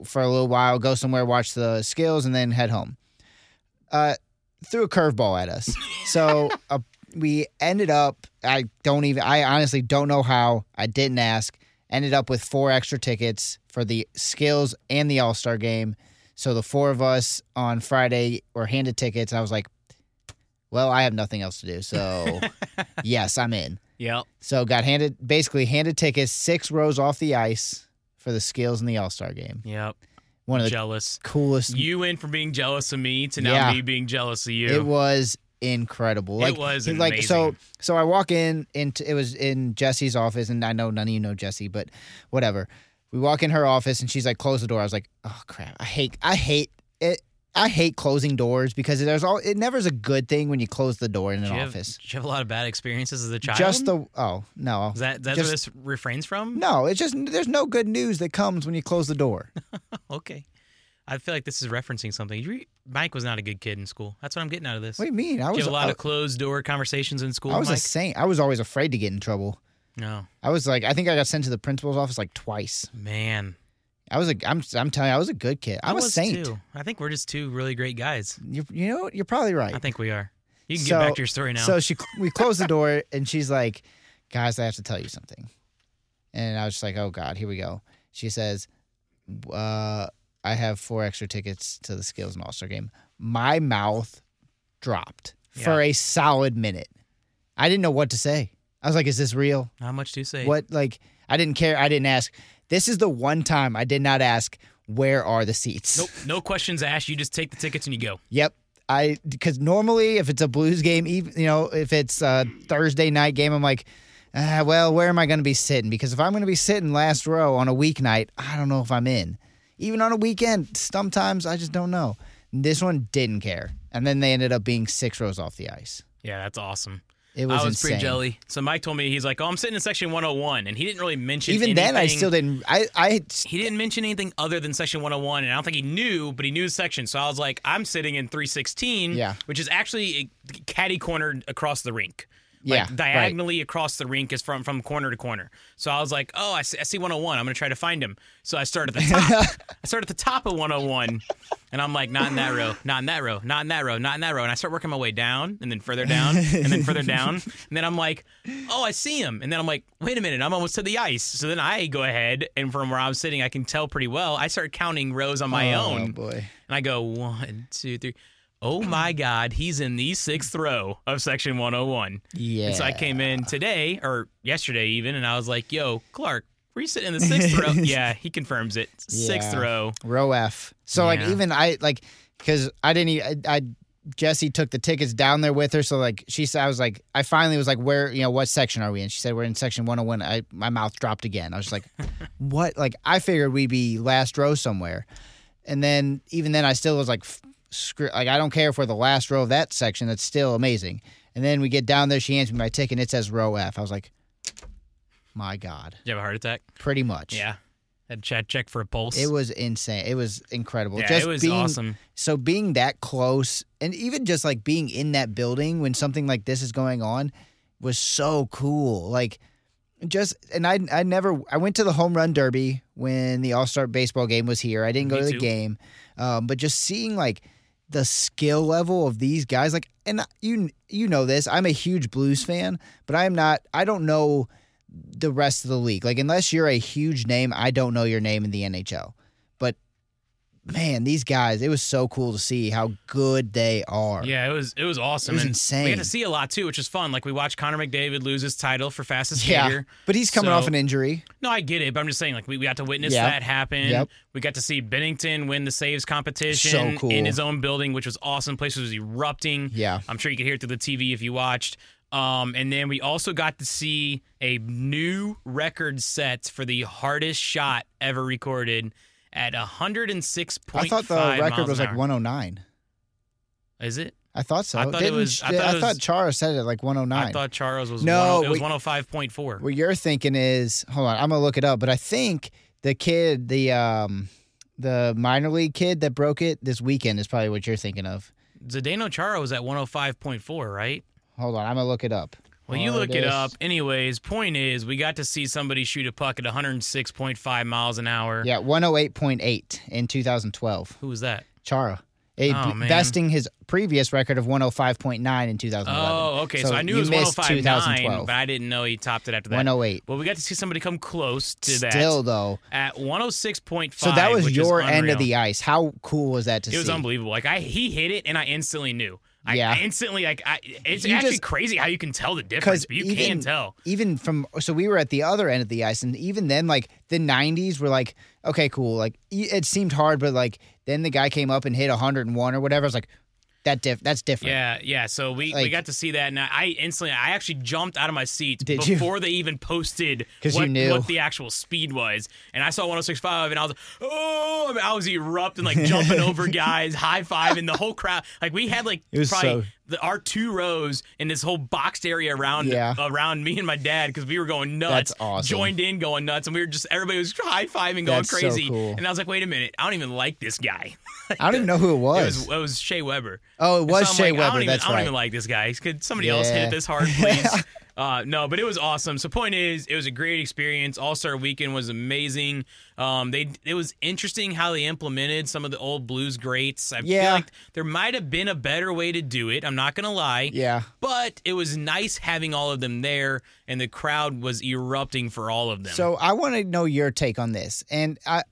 S1: for a little while, go somewhere, watch the skills, and then head home. Uh, threw a curveball at us. So uh, we ended up, I don't even, I honestly don't know how, I didn't ask, ended up with four extra tickets for the skills and the All Star game. So the four of us on Friday were handed tickets, and I was like, well, I have nothing else to do. So yes, I'm in.
S2: Yep.
S1: So got handed, basically handed tickets six rows off the ice for the skills and the All Star game.
S2: Yep.
S1: One of the
S2: jealous.
S1: coolest.
S2: You in for being jealous of me to now
S1: Yeah.
S2: me being jealous of you.
S1: It was incredible.
S2: It
S1: Like,
S2: was
S1: he- like so.
S2: amazing.
S1: So I walk in, and it was in Jesse's office, and I know none of you know Jesse, but whatever. We walk in her office, and she's like, "Close the door." I was like, "Oh crap! I hate, I hate it. I hate closing doors because there's all. It never is a good thing when you close the door in an
S2: did, you have,
S1: office.
S2: did you have a lot of bad experiences as a child?
S1: Just the oh no,
S2: Is that that's
S1: just-
S2: where this refrains from?
S1: no. It's just there's no good news that comes when you close the
S2: [laughs]
S1: door.
S2: Okay. I feel like this is referencing something. You- Mike was not a good kid in school. That's what I'm getting out of this.
S1: What do you mean? I
S2: Did you
S1: was
S2: have a lot
S1: I,
S2: of closed door conversations in school,
S1: I was
S2: Mike?
S1: a saint. I was always afraid to get in trouble.
S2: no,
S1: I was like, I think I got sent to the principal's office like twice.
S2: man.
S1: I was a, I'm, I'm telling you, I was a good kid.
S2: I
S1: I'm a
S2: was
S1: saint.
S2: Too. I think we're just two really great guys.
S1: You, you know, what? you're probably right.
S2: I think we are. You can
S1: So-
S2: get back to your story now.
S1: So she, we closed the door, and she's like, "Guys, I have to tell you something." And I was just like, "Oh God, here we go." She says, uh, "I have four extra tickets to the Skills and All Star Game." My mouth dropped for a solid minute. I didn't know what to say. I was like, "Is this real?"
S2: How much do you say?
S1: What like I didn't care. I didn't ask. This is the one time I did not ask. Where are the seats?
S2: Nope. No questions asked. You just take the tickets and you go.
S1: Yep. I because normally if it's a Blues game, even you know if it's a Thursday night game, I'm like, ah, well, where am I going to be sitting? Because if I'm going to be sitting last row on a weeknight, I don't know if I'm in. Even on a weekend, sometimes I just don't know. This one didn't care, and then they ended up being six rows off the ice.
S2: Yeah, that's awesome.
S1: It was,
S2: I was
S1: insane.
S2: pretty jelly. So Mike told me he's like, "Oh, I'm sitting in section 101," and he didn't really mention.
S1: Even then, I
S2: anything-
S1: still didn't. I I
S2: He didn't mention anything other than section 101, and I don't think he knew, but he knew the section. So I was like, "I'm sitting in 316,"
S1: Yeah.
S2: which is actually caddy cornered across the rink.
S1: yeah
S2: Like,
S1: right.
S2: diagonally across the rink is from from corner to corner. So I was like, oh, I see, I see 101. I'm gonna try to find him. So I start at the top.
S1: [laughs]
S2: I start at the top of 101, and I'm like, not in that row, not in that row, not in that row, not in that row. And I start working my way down, and then further down, and then
S1: [laughs]
S2: further down. And then I'm like, oh, I see him. And then I'm like, wait a minute, I'm almost to the ice. So then I go ahead, and from where I'm sitting, I can tell pretty well. I start counting rows on my
S1: Oh,
S2: own.
S1: boy.
S2: And I go, one, two, three. Oh my God, he's in the sixth row of section 101.
S1: Yeah.
S2: And so I came in today or yesterday even, and I was like, yo, Clark, were you sitting in the sixth
S1: [laughs]
S2: row? Yeah, he confirms it. Sixth
S1: Yeah.
S2: row.
S1: row F. So like
S2: Yeah.
S1: even I like because I didn't e- I, I Jesse took the tickets down there with her. So like she said, I was like I finally was like where you know what section are we in? She said we're in section 101. I my mouth dropped again. I was just like
S2: [laughs]
S1: what? Like I figured we'd be last row somewhere, and then even then I still was like f- screw like I don't care if we're the last row of that section. That's still amazing. And then we get down there. She hands me my ticket. and It says row F. I was like. My God,
S2: Did you have a heart attack?
S1: pretty much.
S2: Yeah. Had to check check for a pulse.
S1: it was insane. It was incredible.
S2: yeah,
S1: Just
S2: it was
S1: being,
S2: awesome.
S1: so being that close and even just like being in that building when something like this is going on was so cool. Like just and I I never I went to the home run derby when the All Star baseball game was here. I didn't go
S2: Me
S1: to the
S2: too.
S1: game, um, but just seeing like the skill level of these guys, like and you you know this. I'm a huge Blues fan, but I am not. I don't know the rest of the league. Like unless you're a huge name, I don't know your name in the NHL. But man, these guys, it was so cool to see how good they are.
S2: Yeah, it was it was awesome.
S1: It was
S2: and
S1: insane.
S2: We had to see a lot too, which is fun. Like we watched Connor McDavid lose his title for fastest
S1: Yeah.
S2: skater.
S1: But he's coming
S2: So-
S1: off an injury.
S2: No, I get it, but I'm just saying, like, we, we got to witness
S1: Yeah.
S2: that happen.
S1: Yep.
S2: We got to see Bennington win the saves competition
S1: So cool.
S2: in his own building, which was awesome. Place was erupting.
S1: Yeah.
S2: I'm sure you could hear it through the TV if you watched. Um, and then we also got to see a new record set for the hardest shot ever recorded at 106.5
S1: I thought the record
S2: miles
S1: was
S2: an
S1: like
S2: hour.
S1: 109.
S2: Is it?
S1: I thought so.
S2: I thought it
S1: Didn't
S2: was-
S1: sh-
S2: I thought it was-
S1: Chara said it like 109.
S2: I thought Charles was
S1: No,
S2: one, oh, it was
S1: we-
S2: 105.4.
S1: what you're thinking is, hold on, I'm gonna look it up. But I think the kid, the um, the minor league kid that broke it this weekend is probably what you're thinking of.
S2: Zdeno Chara was at 105.4, right?
S1: Hold on, I'm gonna look Oh, it up.
S2: Well, you look it
S1: Hardest-
S2: up. Anyways, point is, we got to see somebody shoot a puck at 106.5 miles an hour.
S1: oh Yeah, 108.8 in 2012.
S2: Who was that?
S1: Chara. it,
S2: Oh, man.
S1: besting his previous record of 105.9 in 2011.
S2: Oh, okay. So, I knew
S1: you
S2: it was
S1: missed
S2: 105.9,
S1: 2012.
S2: but I didn't know he topped it after that.
S1: 108.
S2: Well, we got to see somebody come close to that
S1: Still though.
S2: at 106.5.
S1: So that was
S2: which is
S1: your end of
S2: unreal.
S1: the ice. How cool was that to see?
S2: It was unbelievable. Like I, he hit it, and I instantly knew. I,
S1: Yeah.
S2: I instantly like I. It's
S1: You
S2: actually
S1: just-
S2: crazy how you can tell the difference, but you
S1: even-
S2: can tell.
S1: Even from so we were at the other end of the ice, and even then, like the '90s were like, okay, cool. Like e- it seemed hard, but like then the guy came up and hit 101 or whatever. I was like, that diff, that's different.
S2: Yeah, yeah. So we, we
S1: Like-
S2: got to see that, and I, I instantly, I actually jumped out of my seat
S1: Did you?
S2: before they even posted
S1: 'Cause you
S2: what,
S1: knew.
S2: what the actual speed was. And I saw 106.5, and I was like, oh, I, mean, I was erupting, like
S1: [laughs]
S2: jumping over guys, high five, and the whole crowd. Like we had like
S1: It was
S2: probably
S1: so-
S2: the, our two rows in this whole boxed area around
S1: Yeah.
S2: around me and my dad because we were going nuts.
S1: That's awesome.
S2: Joined in, going nuts, and we were just everybody was high fiving, going
S1: That's so
S2: crazy.
S1: cool.
S2: And I was like, wait a minute, I don't even like this guy. [laughs]
S1: I don't even know who it
S2: It
S1: was.
S2: was it was Shea Weber.
S1: oh, it
S2: So
S1: was
S2: I'm
S1: Shea
S2: like, I
S1: Weber.
S2: don't even,
S1: that's
S2: I don't even
S1: right.
S2: like this guy. Could somebody else hit
S1: Yeah.
S2: it
S1: [laughs]
S2: this hard, please? uh, no, but it was awesome. So point is, it was a great experience. All Star Weekend was amazing. Um, they it was interesting how they implemented some of the old blues greats. I feel
S1: Yeah.
S2: like there might have been a better way to do it. I'm not gonna lie.
S1: Yeah.
S2: But it was nice having all of them there, and the crowd was erupting for all of them.
S1: So I want to know your take on this, and I,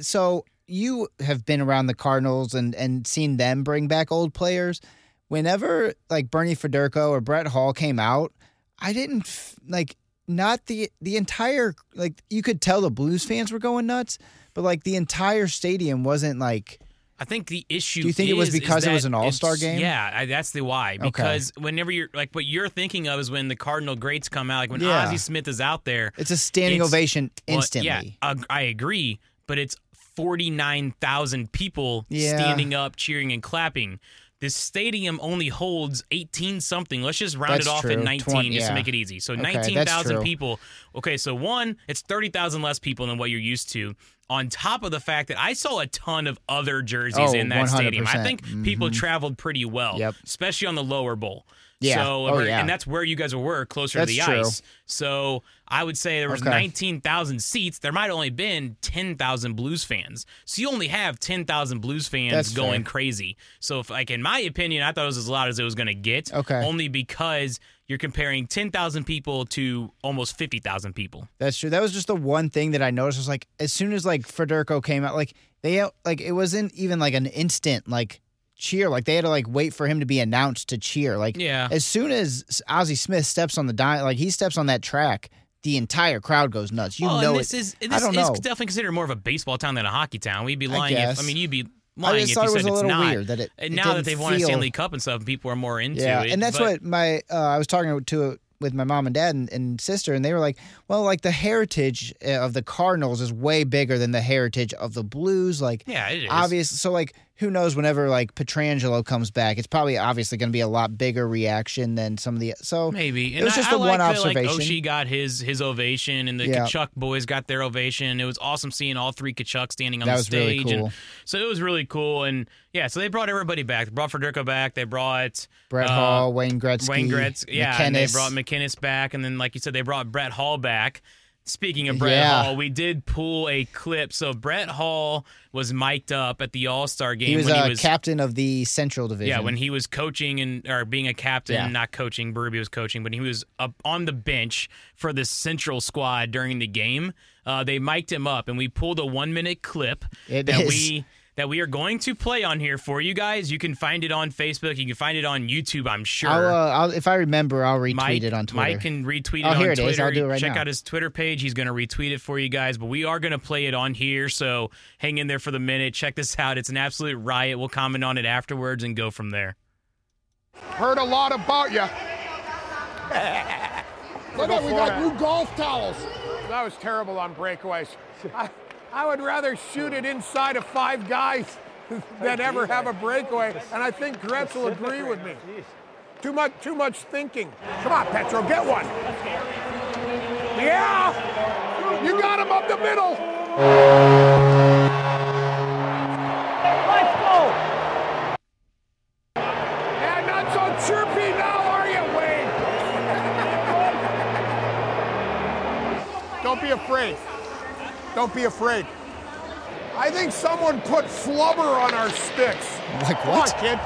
S1: so you have been around the Cardinals and and seen them bring back old players. Whenever like Bernie Federico or Brett Hall came out, I didn't f- like not the the entire like you could tell the Blues fans were going nuts, but like the entire stadium wasn't like
S2: I think the issue.
S1: Do you think it was
S2: is- is
S1: because it was
S2: that
S1: an All-Star
S2: it's-
S1: game?
S2: Yeah, I, that's the why. Because whenever you're like, what you're thinking of is when the Cardinal greats come out, like when
S1: Yeah.
S2: Ozzie Smith is out there.
S1: it's a standing
S2: It's-
S1: ovation
S2: well,
S1: instantly.
S2: yeah, ag- I agree, but it's forty nine thousand people
S1: Yeah.
S2: standing up, cheering, and clapping. This stadium only holds eighteen something. Let's just round
S1: That's
S2: it off
S1: true.
S2: at nineteen,
S1: Twen-
S2: just
S1: yeah.
S2: to make it easy. So
S1: Okay, that's
S2: nineteen thousand
S1: true.
S2: people. Okay, so one, it's thirty thousand less people than what you're used to. On top of the fact that I saw a ton of other jerseys
S1: Oh,
S2: in that stadium, I
S1: 100%.
S2: think people traveled pretty well,
S1: Mm-hmm. Yep.
S2: especially on the lower bowl.
S1: Yeah.
S2: So,
S1: Oh,
S2: or-
S1: yeah.
S2: and that's where you guys were, closer
S1: That's
S2: to the
S1: true.
S2: ice. So I would say there was
S1: Okay.
S2: 19,000 seats. There might have only been 10,000 Blues fans. So you only have 10,000 Blues fans
S1: That's
S2: going
S1: fair.
S2: crazy. So if like in my opinion, I thought it was as loud as it was going to get.
S1: Okay.
S2: Only because you're comparing 10,000 people to almost 50,000 people.
S1: That's true. That was just the one thing that I noticed was like as soon as like Federico came out, like they like it wasn't even like an instant like cheer. Like they had to like wait for him to be announced to cheer. Like
S2: Yeah.
S1: as soon as Ozzy Smith steps on the di- like he steps on that track, the entire crowd goes nuts. You
S2: well,
S1: know
S2: and
S1: it.
S2: this is this
S1: I don't
S2: is
S1: know.
S2: definitely considered more of a baseball town than a hockey town. We'd be lying if I
S1: guess.
S2: mean you'd be
S1: I
S2: lying
S1: just
S2: if
S1: thought it
S2: you said
S1: was a
S2: it's
S1: little
S2: not.
S1: weird that it.
S2: And
S1: it
S2: now
S1: didn't
S2: that they've won a
S1: feel-
S2: Stanley Cup and stuff, people are more into
S1: yeah,
S2: it.
S1: and that's
S2: but-
S1: what my uh, I was talking to with my mom and dad and, and sister, and they were like, "Well, like the heritage uh, of the Cardinals is way bigger than the heritage of the Blues." Like,
S2: Yeah, it is.
S1: obvious. So like, who knows? Whenever like Petrangelo comes back, it's probably obviously going to be a lot bigger reaction than some of the. So
S2: Maybe
S1: It was
S2: I-
S1: just
S2: I
S1: the one
S2: like that, Like
S1: observation.
S2: Oshie got his his ovation, and the
S1: Yeah.
S2: Kachuk boys got their ovation. It was awesome seeing all three Kachuk standing on
S1: That
S2: the
S1: was really
S2: stage. and-
S1: cool.
S2: so it was really cool, and yeah, so they brought everybody back. They brought Federico back. They brought
S1: Brett
S2: uh,
S1: Hall, Wayne Gretzky,
S2: Wayne Gretz, yeah, and they
S1: McInnes.
S2: brought McKinnis back, and then like you said, they brought Brett Hall back. Speaking of Brett
S1: Yeah.
S2: Hall, we did pull a clip. So Brett Hall was mic'd up at the All Star game
S1: he was
S2: when
S1: a
S2: he was
S1: captain of the Central Division.
S2: yeah, when he was coaching and or being a captain,
S1: Yeah.
S2: not coaching, Berube was coaching, but he was up on the bench for the central squad during the game. Uh, they mic'd him up, and we pulled a one minute clip
S1: It
S2: that
S1: is.
S2: we that we are going to play on here for you guys. You can find it on Facebook. You can find it on YouTube. I'm sure.
S1: I'll, uh, I'll, if I remember, I'll retweet
S2: Mike,
S1: it on Twitter.
S2: Mike can retweet it
S1: Oh,
S2: on
S1: here it
S2: Twitter.
S1: is. I'll do it right
S2: Check
S1: now.
S2: out his Twitter page. He's going to retweet it for you guys, but we are going to play it on here. So hang in there for the minute. Check this out. It's an absolute riot. We'll comment on it afterwards and go from there.
S4: Heard a lot about [laughs] you. Look at, we got new golf towels. That was terrible on breakaways. I, I would rather shoot it inside of five guys than ever have a breakaway, and I think Gretz will agree with me. Too much, too much thinking. Come on, Petro, get one. Yeah, you got him up the middle. Yeah, not so chirpy now, are you, Wayne? Don't be afraid. Don't be afraid. I think someone put flubber on our sticks.
S1: [laughs] Like
S4: Come
S1: what?
S4: on, kid.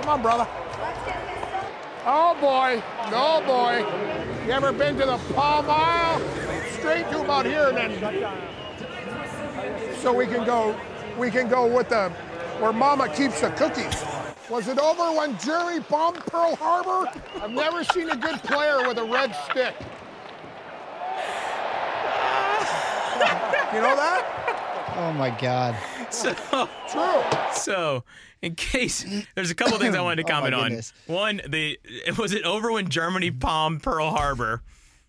S4: Come on, brother. Oh boy. Oh boy. You ever been to the Palm Mile? Straight to about here and then. So we can go we can go with the where mama keeps the cookies. Was it over when Jerry bombed Pearl Harbor? I've never seen a good player with a red stick. You know that?
S1: Oh my god.
S2: So,
S4: True.
S2: so in case there's a couple things I wanted to
S1: [laughs] Oh, my
S2: comment on.
S1: goodness.
S2: One, the was it over when Germany bombed Pearl Harbor?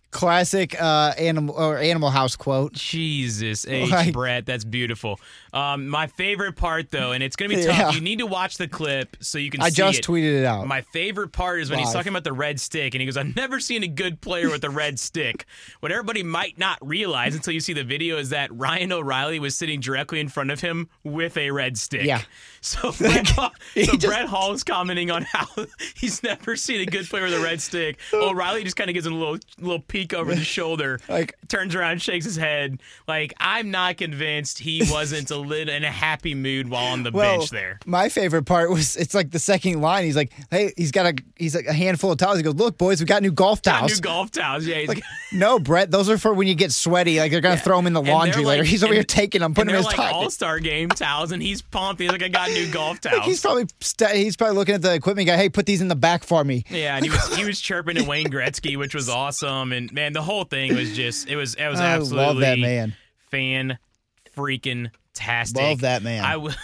S1: Classic uh animal or animal house quote. [laughs]
S2: Jesus H.
S1: Like-
S2: Brett, that's beautiful. Um, my favorite part though, and it's gonna
S1: [laughs]
S2: be tough.
S1: Yeah.
S2: You need to watch the clip so you can.
S1: I
S2: see
S1: just
S2: it.
S1: tweeted it out.
S2: My favorite part is when he's
S1: Live.
S2: talking about the red stick, and he goes, "I've never seen a good player with a red stick." [laughs] What everybody might not realize until you see the video is that Ryan O'Reilly was sitting directly in front of him with a red stick.
S1: Yeah.
S2: [laughs] So
S1: [laughs]
S2: Brett, Hall, so
S1: just-
S2: Brett Hall is commenting on how [laughs] he's never seen a good player with a
S1: [laughs]
S2: red stick. O'Reilly just kind of gives him a little little peek over the shoulder,
S1: Like-
S2: turns around, shakes his head. Like I'm not convinced he wasn't
S1: [laughs]
S2: a little in a happy mood while on the
S1: well,
S2: bench there.
S1: my favorite part was it's like the second line. He's like, "Hey, he's got a he's like a handful of towels." He goes, "Look, boys, we got new golf
S2: Got
S1: towels."
S2: New golf towels, yeah. He's
S1: Like, no, Brett, those are for when you get sweaty. Like they're gonna throw them in the
S2: And
S1: laundry
S2: they're
S1: later.
S2: like-
S1: he's over
S2: and-
S1: here taking them, putting
S2: and
S1: them in his
S2: they're like
S1: pocket.
S2: All Star game towels, and he's pumped. He's like, I got new
S1: [laughs]
S2: golf towels.
S1: He's probably st- he's probably looking at the equipment guy. Hey, put these in the back for me.
S2: yeah, and he was he was chirping at Wayne Gretzky, which was awesome. And man, the whole thing was just it was it was
S1: I
S2: absolutely
S1: Oh, love that man.
S2: fan freaking tastic.
S1: Love that man.
S2: I will. [laughs]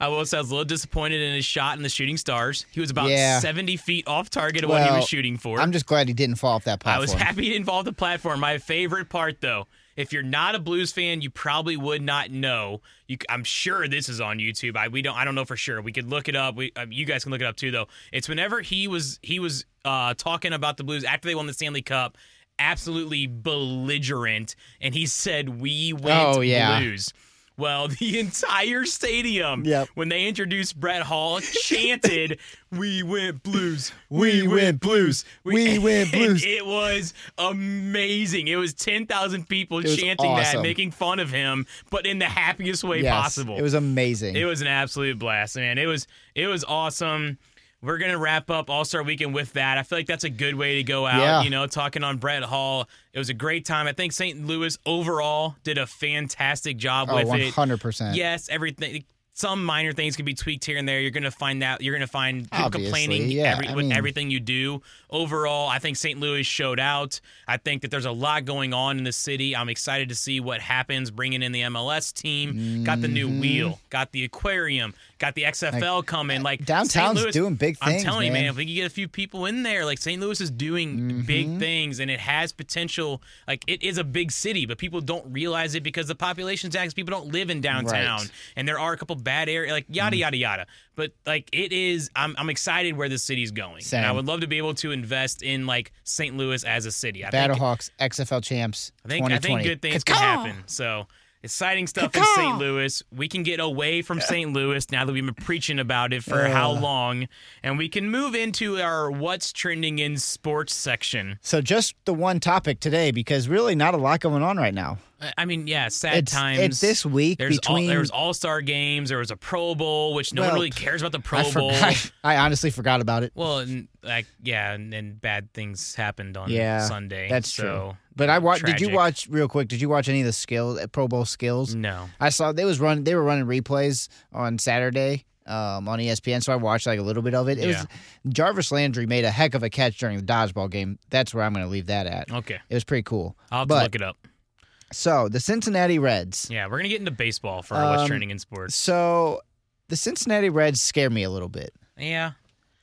S2: I will say I was a little disappointed in his shot in the shooting stars. He was about
S1: Yeah.
S2: seventy feet off target of what he
S1: Well,
S2: was shooting for.
S1: I'm just glad he didn't fall off that
S2: I
S1: platform.
S2: was happy it involved the platform. My favorite part, though, if you're not a blues fan, you probably would not know. You, c- I'm sure this is on YouTube. I we don't. I don't know for sure. We could look it up. We, uh, you guys can look it up too, though. It's whenever he was he was uh, talking about the Blues after they won the Stanley Cup. Absolutely belligerent, and he said, "We went
S1: Oh, yeah.
S2: blues." Well, [laughs] the entire stadium,
S1: Yep.
S2: when they introduced
S1: [laughs]
S2: Brett Hall, chanted, "We went blues,
S1: We went blues. We went
S2: [laughs] and
S1: blues.
S2: It was amazing. It was 10,000 people
S1: was
S2: chanting that,
S1: awesome.
S2: making fun of him, but in the happiest way
S1: Yes,
S2: possible.
S1: It was amazing.
S2: It was an absolute blast, man. It was it was awesome. We're gonna wrap up All Star Weekend with that. I feel like that's a good way to go out.
S1: Yeah.
S2: You know, talking on Brett Hall. It was a great time. I think St. Louis overall did a fantastic job
S1: oh,
S2: with it.
S1: 100%.
S2: Yes, everything. Some minor things could be tweaked here and there. You're gonna find out. You're gonna find people
S1: Obviously,
S2: complaining
S1: yeah,
S2: every,
S1: I
S2: with
S1: mean-
S2: everything you do. Overall, I think St. Louis showed out. I think that there's a lot going on in the city. I'm excited to see what happens. Bringing in the MLS team, got the
S1: Mm-hmm.
S2: new wheel, got the aquarium, got the XFL coming. Like St.
S1: Downtown's
S2: Louis,
S1: doing big
S2: I'm
S1: things,
S2: telling you,
S1: man.
S2: man, if we could get a few people in there, like St. Louis is doing
S1: Mm-hmm.
S2: big things and it has potential. Like it is a big city, but people don't realize it because the population's tax, people don't live in downtown.
S1: Right. Mm.
S2: And there are a couple bad areas, like yada, yada, yada. But like it is, I'm, I'm excited where the city's going. And I
S1: Same.
S2: would love to be able to invest in like St. Louis as a city. I think,
S1: Battlehawks, XFL champs.
S2: I think, I
S1: 2020.
S2: think good things can happen. So exciting stuff in St. Louis. We can get away from St. Louis now that we've been preaching about it for how long, and we can move into our what's trending in sports section.
S1: So just the one topic today, because really not a lot going on right now.
S2: I- I mean, yeah, sad
S1: it's,
S2: times.
S1: it's this week
S2: There's all,
S1: between.
S2: there was All Star games. There was a Pro Bowl, which no one
S1: Well,
S2: really cares about the Pro
S1: I,
S2: Bowl.
S1: forgot, [laughs] I honestly forgot about it.
S2: Well, and, like yeah, and, and bad things happened on
S1: Yeah,
S2: Sunday.
S1: That's
S2: so,
S1: true. But I watched. Did
S2: tragic.
S1: you watch real quick? Did you watch any of the skill Pro Bowl skills?
S2: No,
S1: I saw they was run they were running replays on Saturday um, on ESPN, so I watched like a little bit of it. It
S2: Yeah.
S1: was Jarvis Landry made a heck of a catch during the dodgeball game. That's where I'm going to leave that at.
S2: okay,
S1: It was pretty cool.
S2: I'll have to
S1: But-
S2: look it up.
S1: So the Cincinnati Reds.
S2: Yeah, we're gonna get into baseball for our what's
S1: Um,
S2: trending in sports.
S1: So the Cincinnati Reds scare me a little bit.
S2: Yeah.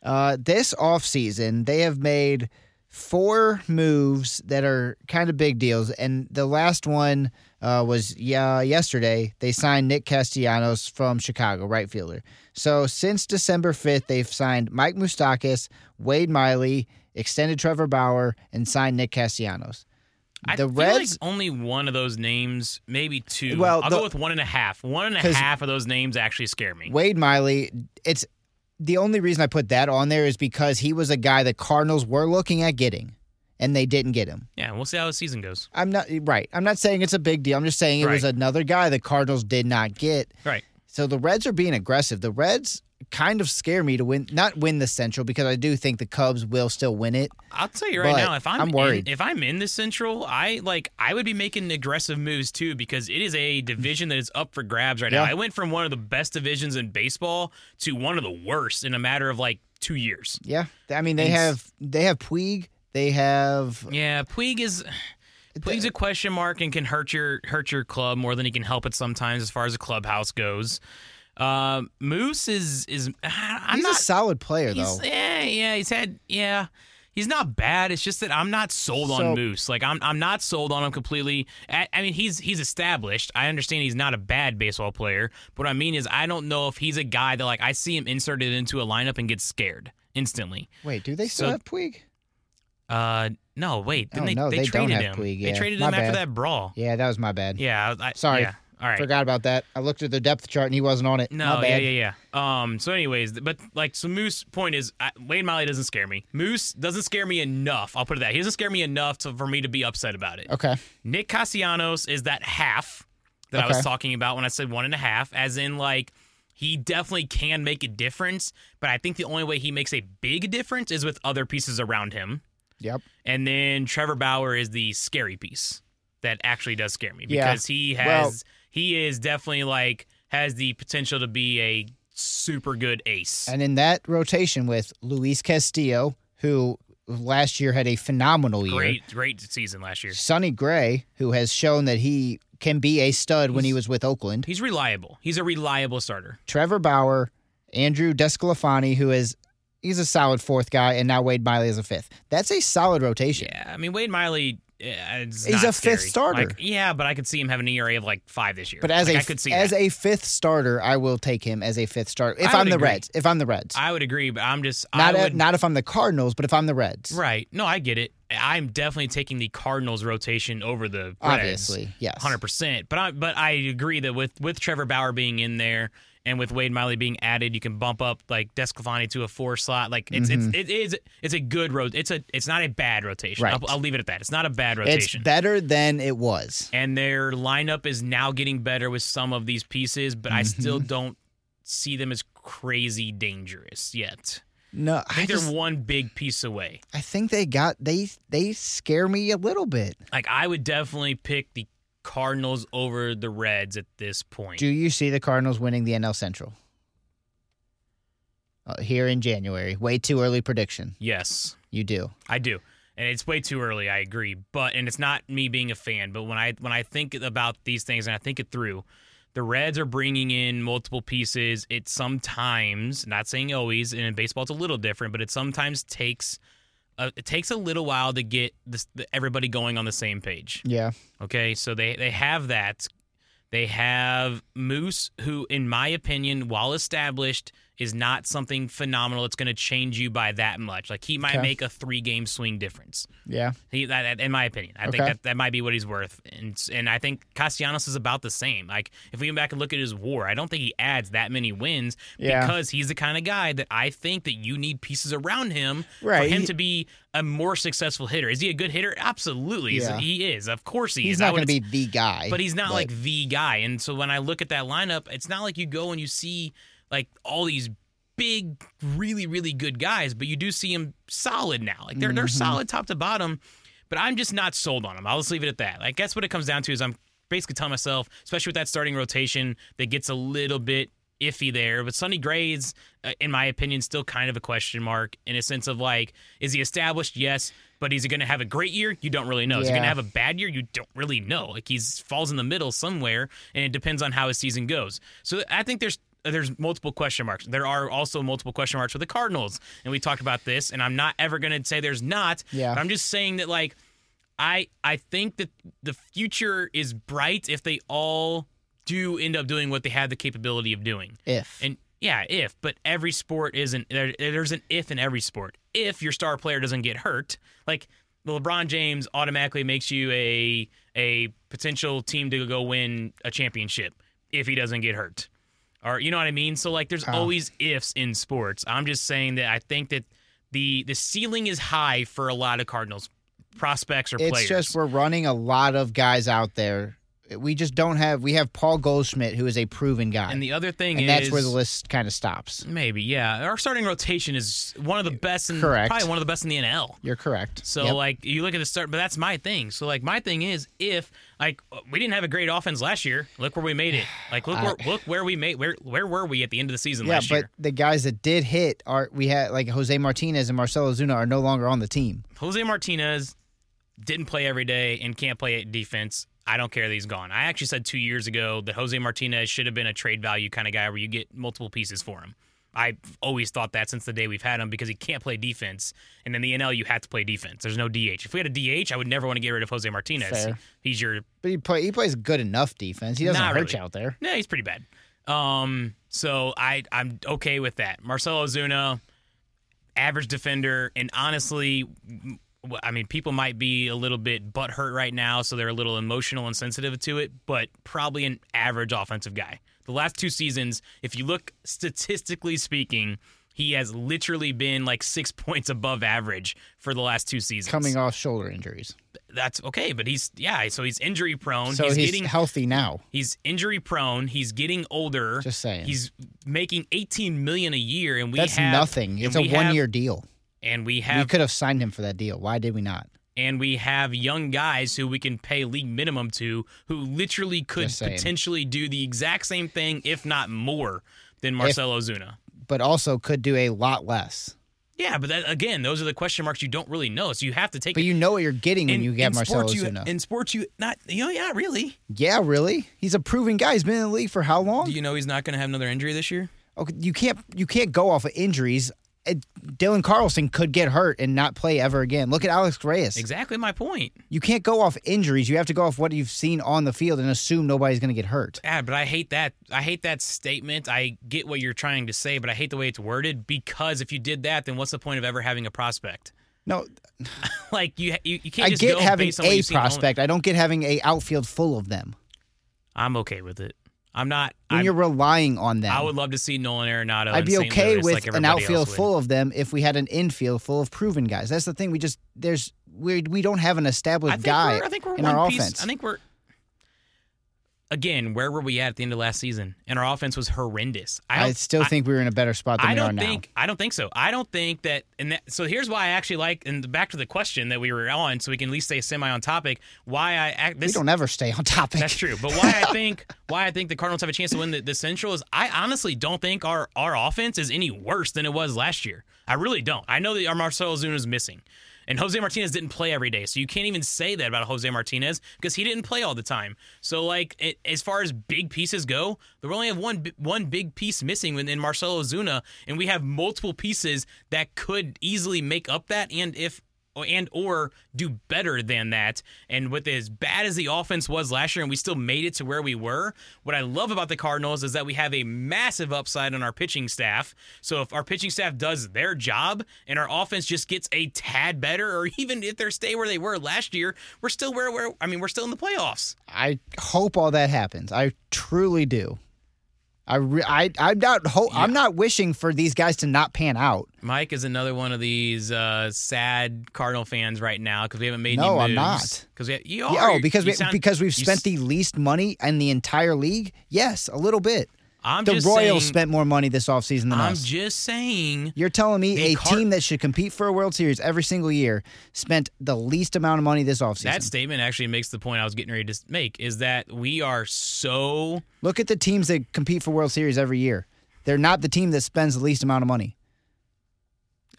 S1: Uh, this offseason, they have made four moves that are kind of big deals. And the last one uh, was yeah, yesterday. They signed Nick Castellanos from Chicago, right fielder. So since December 5th, they've signed Mike Moustakis, Wade Miley, extended Trevor Bauer, and signed Nick Castellanos.
S2: I
S1: The
S2: feel
S1: Reds-
S2: like only one of those names, maybe two.
S1: Well,
S2: I'll
S1: the-
S2: go with one and a half. One and a
S1: 'Cause-
S2: half of those names actually scare me.
S1: Wade Miley, it's the only reason I put that on there is because he was a guy the Cardinals were looking at getting. and they didn't get him.
S2: Yeah, we'll see how the season goes.
S1: I'm not eh, right. I'm not saying it's a big deal. I'm just saying it was
S2: Right.
S1: another guy the Cardinals did not get.
S2: Right.
S1: So the Reds are being aggressive. The Reds kind of scare me to win, not win the Central because I do think the Cubs will still win it.
S2: I'll tell you right
S1: But
S2: now, if I'm,
S1: I'm worried.
S2: In, if I'm in the Central, I like I would be making aggressive moves too because it is a division that is up for grabs right now.
S1: Yeah.
S2: I went from one of the best divisions in baseball to one of the worst in a matter of like two years.
S1: Yeah, I mean they
S2: It's-
S1: have they have Puig, they have
S2: Yeah, Puig is Puig's a question mark and can hurt your hurt your club more than he can help it sometimes as far as a clubhouse goes. Um Moose is is I- I'm
S1: he's
S2: not
S1: a solid player
S2: he's-
S1: though.
S2: yeah, yeah, he's had yeah. He's not bad. It's just that I'm not sold
S1: So-
S2: on Moose. Like I'm, I'm not sold on him completely. I, I mean, he's he's established. I understand he's not a bad baseball player. But what I mean is, I don't know if he's a guy that like I see him inserted into a lineup and get scared instantly.
S1: Wait, do they still
S2: so-
S1: have Puig?
S2: Uh, no, wait. Then
S1: Oh,
S2: they,
S1: no,
S2: they,
S1: they don't
S2: traded
S1: have
S2: him.
S1: Puig,
S2: They
S1: yeah.
S2: traded
S1: My
S2: him after
S1: bad.
S2: that brawl.
S1: Yeah, that was my bad.
S2: Yeah. I,
S1: Sorry.
S2: yeah. All right.
S1: Forgot about that. I looked at their depth chart and he wasn't on it.
S2: No,
S1: my
S2: yeah,
S1: bad.
S2: yeah, yeah. Um, so, anyways, th- but like, so Moose point is I, Wayne Miley doesn't scare me. Moose doesn't scare me enough. I'll put it that he doesn't scare me enough to, for me to be upset about it.
S1: Okay.
S2: Nick Cassianos is that half that I was
S1: Okay.
S2: talking about when I said one and a half, as in like he definitely can make a difference, but I think the only way he makes a big difference is with other pieces around him.
S1: Yep.
S2: And then Trevor Bauer is the scary piece that actually does scare me
S1: Yeah.
S2: because he has
S1: Well-
S2: he is definitely like has the potential to be a super good ace.
S1: And in that rotation with Luis Castillo, who last year had a phenomenal year,
S2: Great great season last year.
S1: Sonny Gray, who has shown that he can be a stud when he
S2: He's-
S1: was with Oakland,
S2: He's reliable. He's a reliable starter.
S1: Trevor Bauer, Andrew Descalafani, who is he's a solid fourth guy, and now Wade Miley is a fifth. That's a solid rotation.
S2: Yeah, I mean Wade Miley eh, is
S1: He's
S2: not
S1: a fifth
S2: scary.
S1: starter.
S2: Like, yeah, but I could see him having an ERA of like five this year.
S1: But as
S2: like,
S1: a
S2: I could see
S1: as
S2: that.
S1: a fifth starter, I will take him as a fifth starter if
S2: I
S1: I'm
S2: would
S1: the
S2: agree.
S1: Reds. If I'm the Reds,
S2: I would agree, but I'm just
S1: not
S2: I
S1: a-
S2: would,
S1: not if I'm the Cardinals, but if I'm the Reds,
S2: right. No, I get it. I'm definitely taking the Cardinals rotation over the Reds.
S1: Obviously, yes.
S2: hundred percent. But I but I agree that with with Trevor Bauer being in there and with Wade Miley being added, you can bump up like Descalfani to a four slot. Like it's it's it is it's a good road. It's a it's not a bad rotation.
S1: Mm-hmm. Right.
S2: I'll, I'll leave it at that. It's not a bad
S1: It's
S2: rotation.
S1: better than it was.
S2: and their lineup is now getting better with some of these pieces, but I still
S1: Mm-hmm.
S2: don't see them as crazy dangerous yet.
S1: No,
S2: I
S1: I,
S2: think they're
S1: just,
S2: one big piece away.
S1: I think they got they they scare me a little bit.
S2: Like I would definitely pick the Cardinals over the Reds at this point.
S1: Do you see the Cardinals winning the NL Central uh, here in January? Way too early prediction.
S2: Yes,
S1: You do.
S2: I do. And it's way too early, I agree. But and it's not me being a fan, but when I when I think about these things and I think it through, the Reds are bringing in multiple pieces. It sometimes, not saying always, and in baseball it's a little different, but it sometimes takes uh, it takes a little while to get this, the, everybody going on the same page.
S1: Yeah.
S2: Okay, so they they have that. They have Moose, who, in my opinion, while established, is not something phenomenal. It's going to change you by that much. Like he might
S1: Okay.
S2: make a three game swing difference.
S1: Yeah.
S2: He, that, that- in my opinion, I
S1: Okay.
S2: think that, that might be what he's worth, and and I think Castellanos is about the same. Like if we go back and look at his WAR, I don't think he adds that many wins
S1: Yeah.
S2: because he's the kind of guy that I think that you need pieces around him
S1: Right.
S2: for him
S1: He-
S2: to be a more successful hitter. Is he a good hitter? Absolutely, Is-
S1: Yeah.
S2: he is. Of course, he
S1: He's
S2: is. I
S1: not going to
S2: would-
S1: be the guy.
S2: but he's not like the guy. And so when I look at that lineup, it's not like you go and you see like all these big, really, really good guys, but you do see them solid now. Like they're they're
S1: Mm-hmm.
S2: solid top to bottom, but I'm just not sold on them. I'll just leave it at that. Like that's what it comes down to is I'm basically telling myself, especially with that starting rotation that gets a little bit iffy there but Sonny Gray's uh, in my opinion still kind of a question mark in a sense of like is he established yes but is he going to have a great year you don't really know is he going
S1: Yeah.
S2: to have a have a bad year, you don't really know. Like he's falls in the middle somewhere, and it depends on how his season goes. So I think there's there's multiple question marks. There are also multiple question marks for the Cardinals, and we talked about this. And I'm not ever going to say there's not.
S1: Yeah.
S2: But I'm just saying that like I I think that the future is bright if they all do end up doing what they have the capability of doing.
S1: if
S2: And yeah, if, but every sport isn't there, there's an if in every sport. If your star player doesn't get hurt, like the LeBron James automatically makes you a a potential team to go win a championship if he doesn't get hurt. Or you know what I mean? So like there's always ifs in sports. I'm just saying that I think that the the ceiling is high for a lot of Cardinals prospects or
S1: it's
S2: players.
S1: just we're running a lot of guys out there. We just don't have. We have Paul Goldschmidt, who is a proven guy,
S2: and the other thing
S1: and
S2: is
S1: that's where the list kind of stops.
S2: maybe yeah, our starting rotation is one of the best in
S1: Correct.
S2: probably one of the best in the NL.
S1: You're correct.
S2: So uh,
S1: Yep.
S2: like you look at the start, but that's my thing. So like my thing is if like we didn't have a great offense last year, look where we
S1: [sighs]
S2: made it. Like look where look where we made where where were we at the end of the season
S1: yeah,
S2: last
S1: but
S2: year?
S1: the guys that did hit are we had like Jose Martinez and Marcelo Zuna are no longer on the team.
S2: Jose Martinez didn't play every day and can't play defense. I don't care that he's gone. I actually said two years ago that Jose Martinez should have been a trade value kind of guy where you get multiple pieces for him. I've always thought that since the day we've had him because he can't play defense. And in the NL, you have to play defense. There's no DH. If we had a DH, I would never want to get rid of Jose Martinez.
S1: Fair.
S2: He's your
S1: But he play, he plays good enough defense. He doesn't
S2: Not
S1: hurt
S2: really.
S1: you out there.
S2: Yeah, he's pretty bad. Um, so I I'm okay with that. Marcelo Ozuna, average defender, and honestly, m- I mean, people might be a little bit butthurt right now, so they're a little emotional and sensitive to it, but probably an average offensive guy. The last two seasons, if you look statistically speaking, he has literally been like six [laughs] points above average for the last two seasons.
S1: Coming off shoulder injuries,
S2: that's okay, but he's yeah, so he's injury prone.
S1: so he's,
S2: he's getting
S1: healthy now.
S2: He's injury prone. He's getting older.
S1: Just saying.
S2: He's making 18 million a year, and we
S1: That's
S2: have
S1: nothing.
S2: and
S1: It's a
S2: we
S1: one
S2: have-
S1: year deal.
S2: And we
S1: We
S2: have
S1: could have signed him for that deal. Why did we not?
S2: and we have young guys who we can pay league minimum to, who literally could
S1: Just saying.
S2: potentially do the exact same thing, if not more, than Marcelo Zuna.
S1: But also could do a lot less.
S2: Yeah, but that, again, those are the question marks you don't really know. So you have to take.
S1: But you know what you're getting when
S2: in-
S1: you get
S2: in
S1: Marcelo
S2: sports, you-
S1: Zuna.
S2: In sports, you not you know yeah really.
S1: yeah, really? He's a proven guy. He's been in the league for how long?
S2: Do you know he's not going to have another injury this year?
S1: okay, you can't you can't go off of injuries. Uh, Dylan Carlson could get hurt and not play ever again. Look at Alex Reyes.
S2: Exactly my point.
S1: You can't go off injuries. You have to go off what you've seen on the field and assume nobody's going to get hurt.
S2: Yeah, but I hate that. I hate that statement. I get what you're trying to say, but I hate the way it's worded because if you did that, then what's the point of ever having a prospect? [laughs]
S1: No,
S2: Like you, you, you can't.
S1: I
S2: just
S1: get
S2: go
S1: having
S2: based on what
S1: a
S2: you've seen
S1: prospect. I don't get having a outfield full of them.
S2: only- I'm okay with it. I'm not.
S1: When
S2: I'm,
S1: you're relying on them,
S2: I would love to see Nolan Arenado.
S1: I'd
S2: in
S1: be
S2: St.
S1: okay
S2: Louis
S1: with
S2: like
S1: an
S2: everybody
S1: outfield
S2: else would.
S1: full of them if we had an infield full of proven guys. That's the thing. We just there's we we don't have an
S2: I
S1: established
S2: think
S1: guy
S2: We're, I think we're
S1: in
S2: one
S1: our
S2: piece.
S1: offense.
S2: I think we're. Again, where were we at at the end of last season? And our offense was horrendous. I,
S1: I
S2: don't-
S1: still
S2: I-
S1: think we're in a better spot than
S2: I don't
S1: we are now.
S2: think I don't think so. I don't think that and that so here's why I actually like and back to the question that we were on so we can at least stay semi on topic why I act
S1: we
S2: this
S1: don't ever stay on topic.
S2: that's true but why I think [laughs] why I think the Cardinals have a chance to win the, the Central is I honestly don't think our our offense is any worse than it was last year. I really don't. I know that our Marcelo Zuna is missing. And Jose Martinez didn't play every day, so you can't even say that about Jose Martinez because he didn't play all the time. So, like, it, as far as big pieces go, we only have one bi- one big piece missing within Marcelo Zuna, and we have multiple pieces that could easily make up that, and if and or do better than that. And with as bad as the offense was last year, and we still made it to where we were. What I love about the Cardinals is that we have a massive upside on our pitching staff. So if our pitching staff does their job and our offense just gets a tad better, or [laughs] even if they stay where they were last year, we're still where where I mean we're still in the playoffs.
S1: I hope all that happens. I truly do. I re- I I'm not ho- I'm not wishing for these guys to not pan out.
S2: Mike is another one of these uh, sad Cardinal fans right now because we haven't made
S1: No,
S2: any
S1: I'm not.
S2: moves. Because we you
S1: Yeah,
S2: are.
S1: oh, because
S2: You
S1: we,
S2: sound-
S1: because we've
S2: you
S1: spent
S2: s-
S1: the least money in the entire league. Yes, a little bit.
S2: I'm
S1: the
S2: just
S1: Royals
S2: saying-
S1: spent more money this offseason than
S2: I'm
S1: us.
S2: just saying.
S1: You're telling me
S2: The
S1: a
S2: Car-
S1: team that should compete for a World Series every single year spent the least amount of money this offseason.
S2: That statement actually makes the point I was getting ready to make is that we are so
S1: Look at the teams that compete for World Series every year. They're not the team that spends the least amount of money.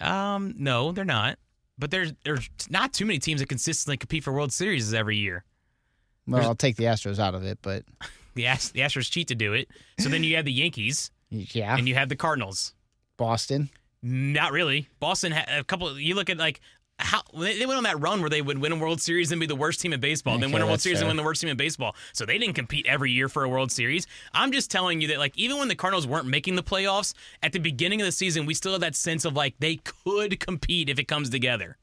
S2: um no, they're not. But there's there's not too many teams that consistently compete for World Series every year.
S1: Well, I'll take the Astros out of it, but
S2: The Ast- the Astros cheat to do it. So then you have the Yankees
S1: yeah,
S2: and you have the Cardinals.
S1: Boston. Okay,
S2: win a World
S1: that's
S2: Series
S1: fair.
S2: and win the worst team in baseball. So they didn't compete every year for a World Series. I'm just telling you that like even when the Cardinals weren't making the playoffs at the beginning of the season, we still had that sense of like they could compete if it comes together.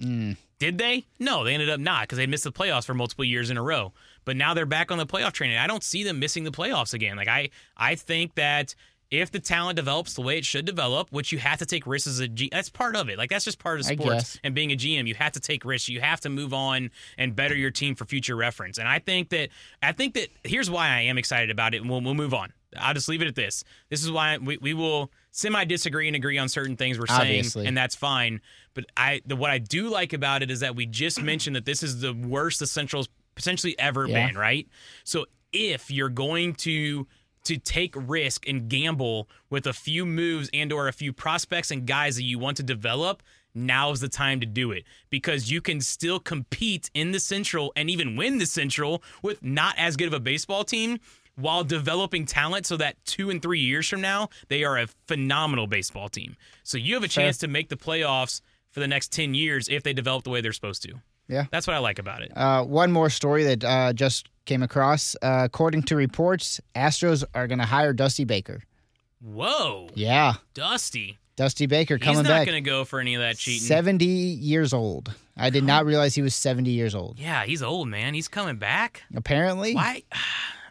S2: Did they? No, they ended up not because they missed the playoffs for multiple years in a row. But now they're back on the playoff train, and I don't see them missing the playoffs again. Like I, I think that if the talent develops the way it should develop, which you have to take risks as a G, that's part of it. Like that's just part of
S1: I
S2: sports
S1: guess.
S2: and being a GM. You have to take risks. You have to move on and better your team for future reference. And I think that I think that here's why I am excited about it. And we'll, we'll move on. I'll just leave it at this. This is why we, we will semi disagree and agree on certain things we're
S1: Obviously.
S2: saying, and that's fine. But I the what I do like about it is that we just mentioned that this is the worst the Central's potentially ever
S1: Yeah.
S2: been, right? So if you're going to to take risk and gamble with a few moves and or a few prospects and guys that you want to develop, now is the time to do it because you can still compete in the Central and even win the Central with not as good of a baseball team while developing talent so that 2 and 3 years from now they are a phenomenal baseball team. So you have a chance to make the playoffs for the next 10 years if they develop the way they're supposed to.
S1: Yeah.
S2: That's what I like about it.
S1: Uh, one more story that uh, just came across. Uh, according to reports, Astros are going to hire Dusty Baker.
S2: Whoa.
S1: Yeah,
S2: Dusty.
S1: Dusty Baker
S2: He's
S1: coming
S2: not
S1: back.
S2: going to go for any of that cheating.
S1: 70 years old. I did not realize he was 70 years old.
S2: Yeah, he's old, man. He's coming back.
S1: Apparently,
S2: Why? [sighs]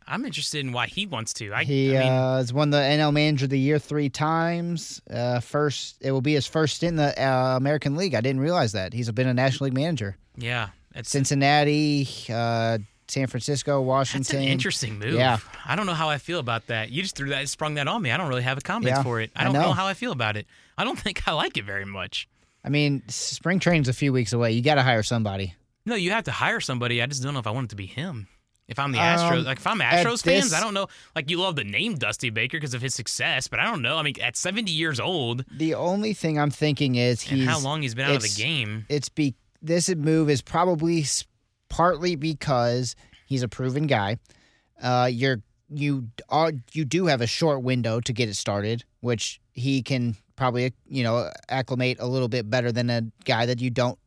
S2: I'm interested in why he wants to. I,
S1: he
S2: I mean,
S1: uh, has won the NL Manager of the Year three times. Uh, first, it will be his first stint in the uh, American League. I didn't realize that. He's been a National League manager.
S2: yeah. It's,
S1: Cincinnati, uh, San Francisco,
S2: that's
S1: Washington.
S2: an interesting move.
S1: Yeah.
S2: I don't know how I feel about that. You just threw that, sprung that on me. I don't really have a comment
S1: Yeah,
S2: for it. I
S1: I
S2: don't know.
S1: know.
S2: how I feel about it. I don't [laughs] think I like it very much.
S1: I mean, s- spring training's a few weeks away. You got to hire somebody.
S2: No, you have to hire somebody. I just don't know if I want it to be him. If I'm the
S1: Um,
S2: Astros, like if I'm
S1: at
S2: Astros fans,
S1: this-
S2: I don't know. Like you love the name Dusty Baker because of his success, but I don't know. I mean, at 70 years old
S1: The only thing I'm thinking is
S2: and
S1: he's
S2: how long he's been out of the
S1: it's-
S2: game,
S1: it's be this move is probably s- partly because he's a proven guy. Uh, you're you are you do have a short window to get it started, which he can probably you know acclimate a little bit better than a guy that you don't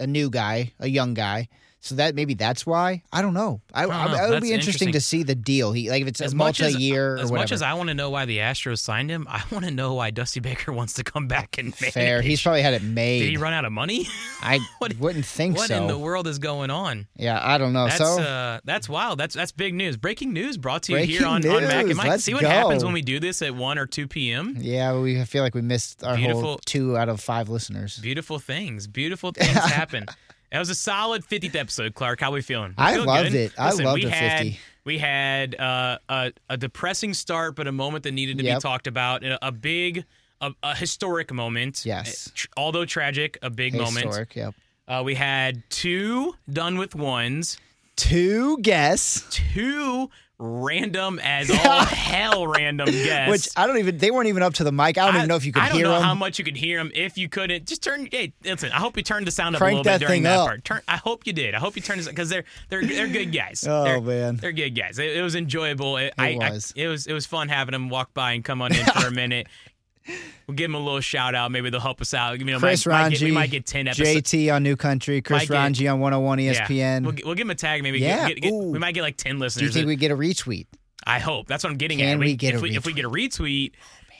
S1: a new guy, a young guy. So that maybe that's why I don't know. I,
S2: don't
S1: I,
S2: know.
S1: it would be
S2: That's
S1: interesting,
S2: interesting.
S1: to see the deal. He like if it's
S2: As
S1: a
S2: much as-
S1: multi-year or
S2: As
S1: whatever.
S2: much as I want to know why the Astros signed him, I want to know why Dusty Baker [laughs] wants to come back and manage.
S1: Fair.
S2: [laughs]
S1: He's probably had it made.
S2: Did he run out of money? [laughs]
S1: I
S2: What-
S1: wouldn't think
S2: what
S1: so.
S2: in the world is going on?
S1: yeah, I don't know.
S2: That's
S1: so
S2: uh, that's wild. That's that's big news. Breaking news brought to you here
S1: Breaking
S2: on, on Mac and
S1: news.
S2: Mike.
S1: Let's
S2: See what
S1: go.
S2: happens when we do this at one or two p.m.
S1: Yeah, we I feel like we missed our
S2: Beautiful-
S1: whole two out of five listeners.
S2: Beautiful
S1: [laughs]
S2: things. Beautiful things happen. That was a solid 50th episode, Clark. How we feeling? We
S1: I
S2: feel
S1: loved
S2: good?
S1: it. I
S2: Listen,
S1: loved
S2: we
S1: the
S2: had,
S1: 50.
S2: We had uh, a, a depressing start, but a moment that needed to be
S1: Yep.
S2: talked about. A, a big, a, a historic moment.
S1: Yes.
S2: Tr- although tragic, a big moment.
S1: Historic, yep.
S2: Uh, we had two done with ones,
S1: Two guess,
S2: two random as all hell random guests.
S1: [laughs] which I don't even. They weren't even up to the mic. I don't even know if you could
S2: I don't
S1: hear
S2: know
S1: them.
S2: how much you could hear them. If you couldn't, just turn. Hey, listen. I hope you turned the sound up
S1: Crank
S2: a little bit
S1: that
S2: during
S1: thing
S2: that
S1: up.
S2: part. Turn. I hope you did. I hope you turned because they're they're they're good guys.
S1: [laughs] Oh,
S2: They're-
S1: man.
S2: they're good guys. It, it was enjoyable. It, I, I-
S1: was.
S2: it was it was fun having them walk by and come on
S1: [laughs]
S2: in for a minute. We'll give them a little shout out. Maybe they'll help us out. You know,
S1: Chris
S2: might, might get, we
S1: Ranji,
S2: might get ten episodes.
S1: JT on New Country, Chris
S2: Might get-
S1: Ranji on 101
S2: Yeah.
S1: ESPN.
S2: We'll, g- we'll give him a tag. Maybe
S1: Yeah.
S2: Get- get- get- we
S1: Ooh.
S2: might get like ten
S1: Do you
S2: listeners.
S1: think we get a retweet?
S2: I hope that's what I'm getting
S1: Can
S2: at.
S1: we get
S2: if
S1: a
S2: we if we
S1: retweet?
S2: get a retweet,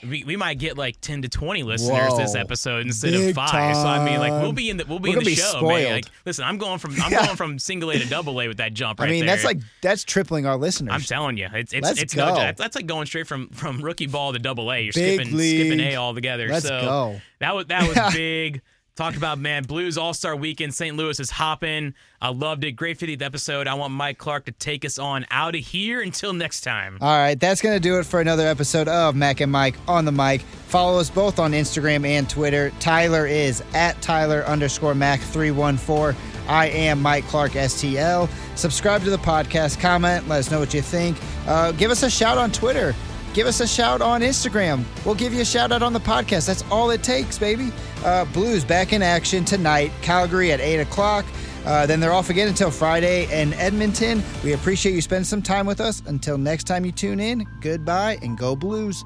S2: we, we might get like ten to twenty listeners this
S1: Whoa.
S2: episode instead of
S1: Big
S2: five. So I mean, like we'll
S1: time.
S2: be in the we'll
S1: We're
S2: be in
S1: gonna
S2: the
S1: be
S2: show, man.
S1: spoiled.
S2: Like, listen, I'm going from I'm going from single A to double A with that jump.
S1: [laughs] I
S2: Right
S1: mean,
S2: there.
S1: that's like that's tripling our listeners.
S2: I'm telling you, it's it's
S1: Let's
S2: it's
S1: go.
S2: no joke. that's like going straight from from rookie ball to double A. You're
S1: Big
S2: skipping skipping
S1: league.
S2: A altogether.
S1: Let's
S2: so
S1: go.
S2: that was that was big. Talked about man, Blues All Star Weekend. St. Louis is hopping. I loved it. Great 50th episode. I want Mike Clark to take us on out of here. Until next time.
S1: All right, that's going to do it for another episode of Mac and Mike on the mic. Follow us both on Instagram and Twitter. Tyler is at Tyler underscore Mac 314. I am Mike Clark STL. Subscribe to the podcast, comment, let us know what you think. Uh, give us a shout on Twitter. Give us a shout on Instagram. We'll give you a shout out on the podcast. That's all it takes, baby. Uh, Blues back in action tonight, Calgary at 8 o'clock. Uh, then they're off again until Friday in Edmonton. We appreciate you spending some time with us. Until next time you tune in, goodbye and go Blues.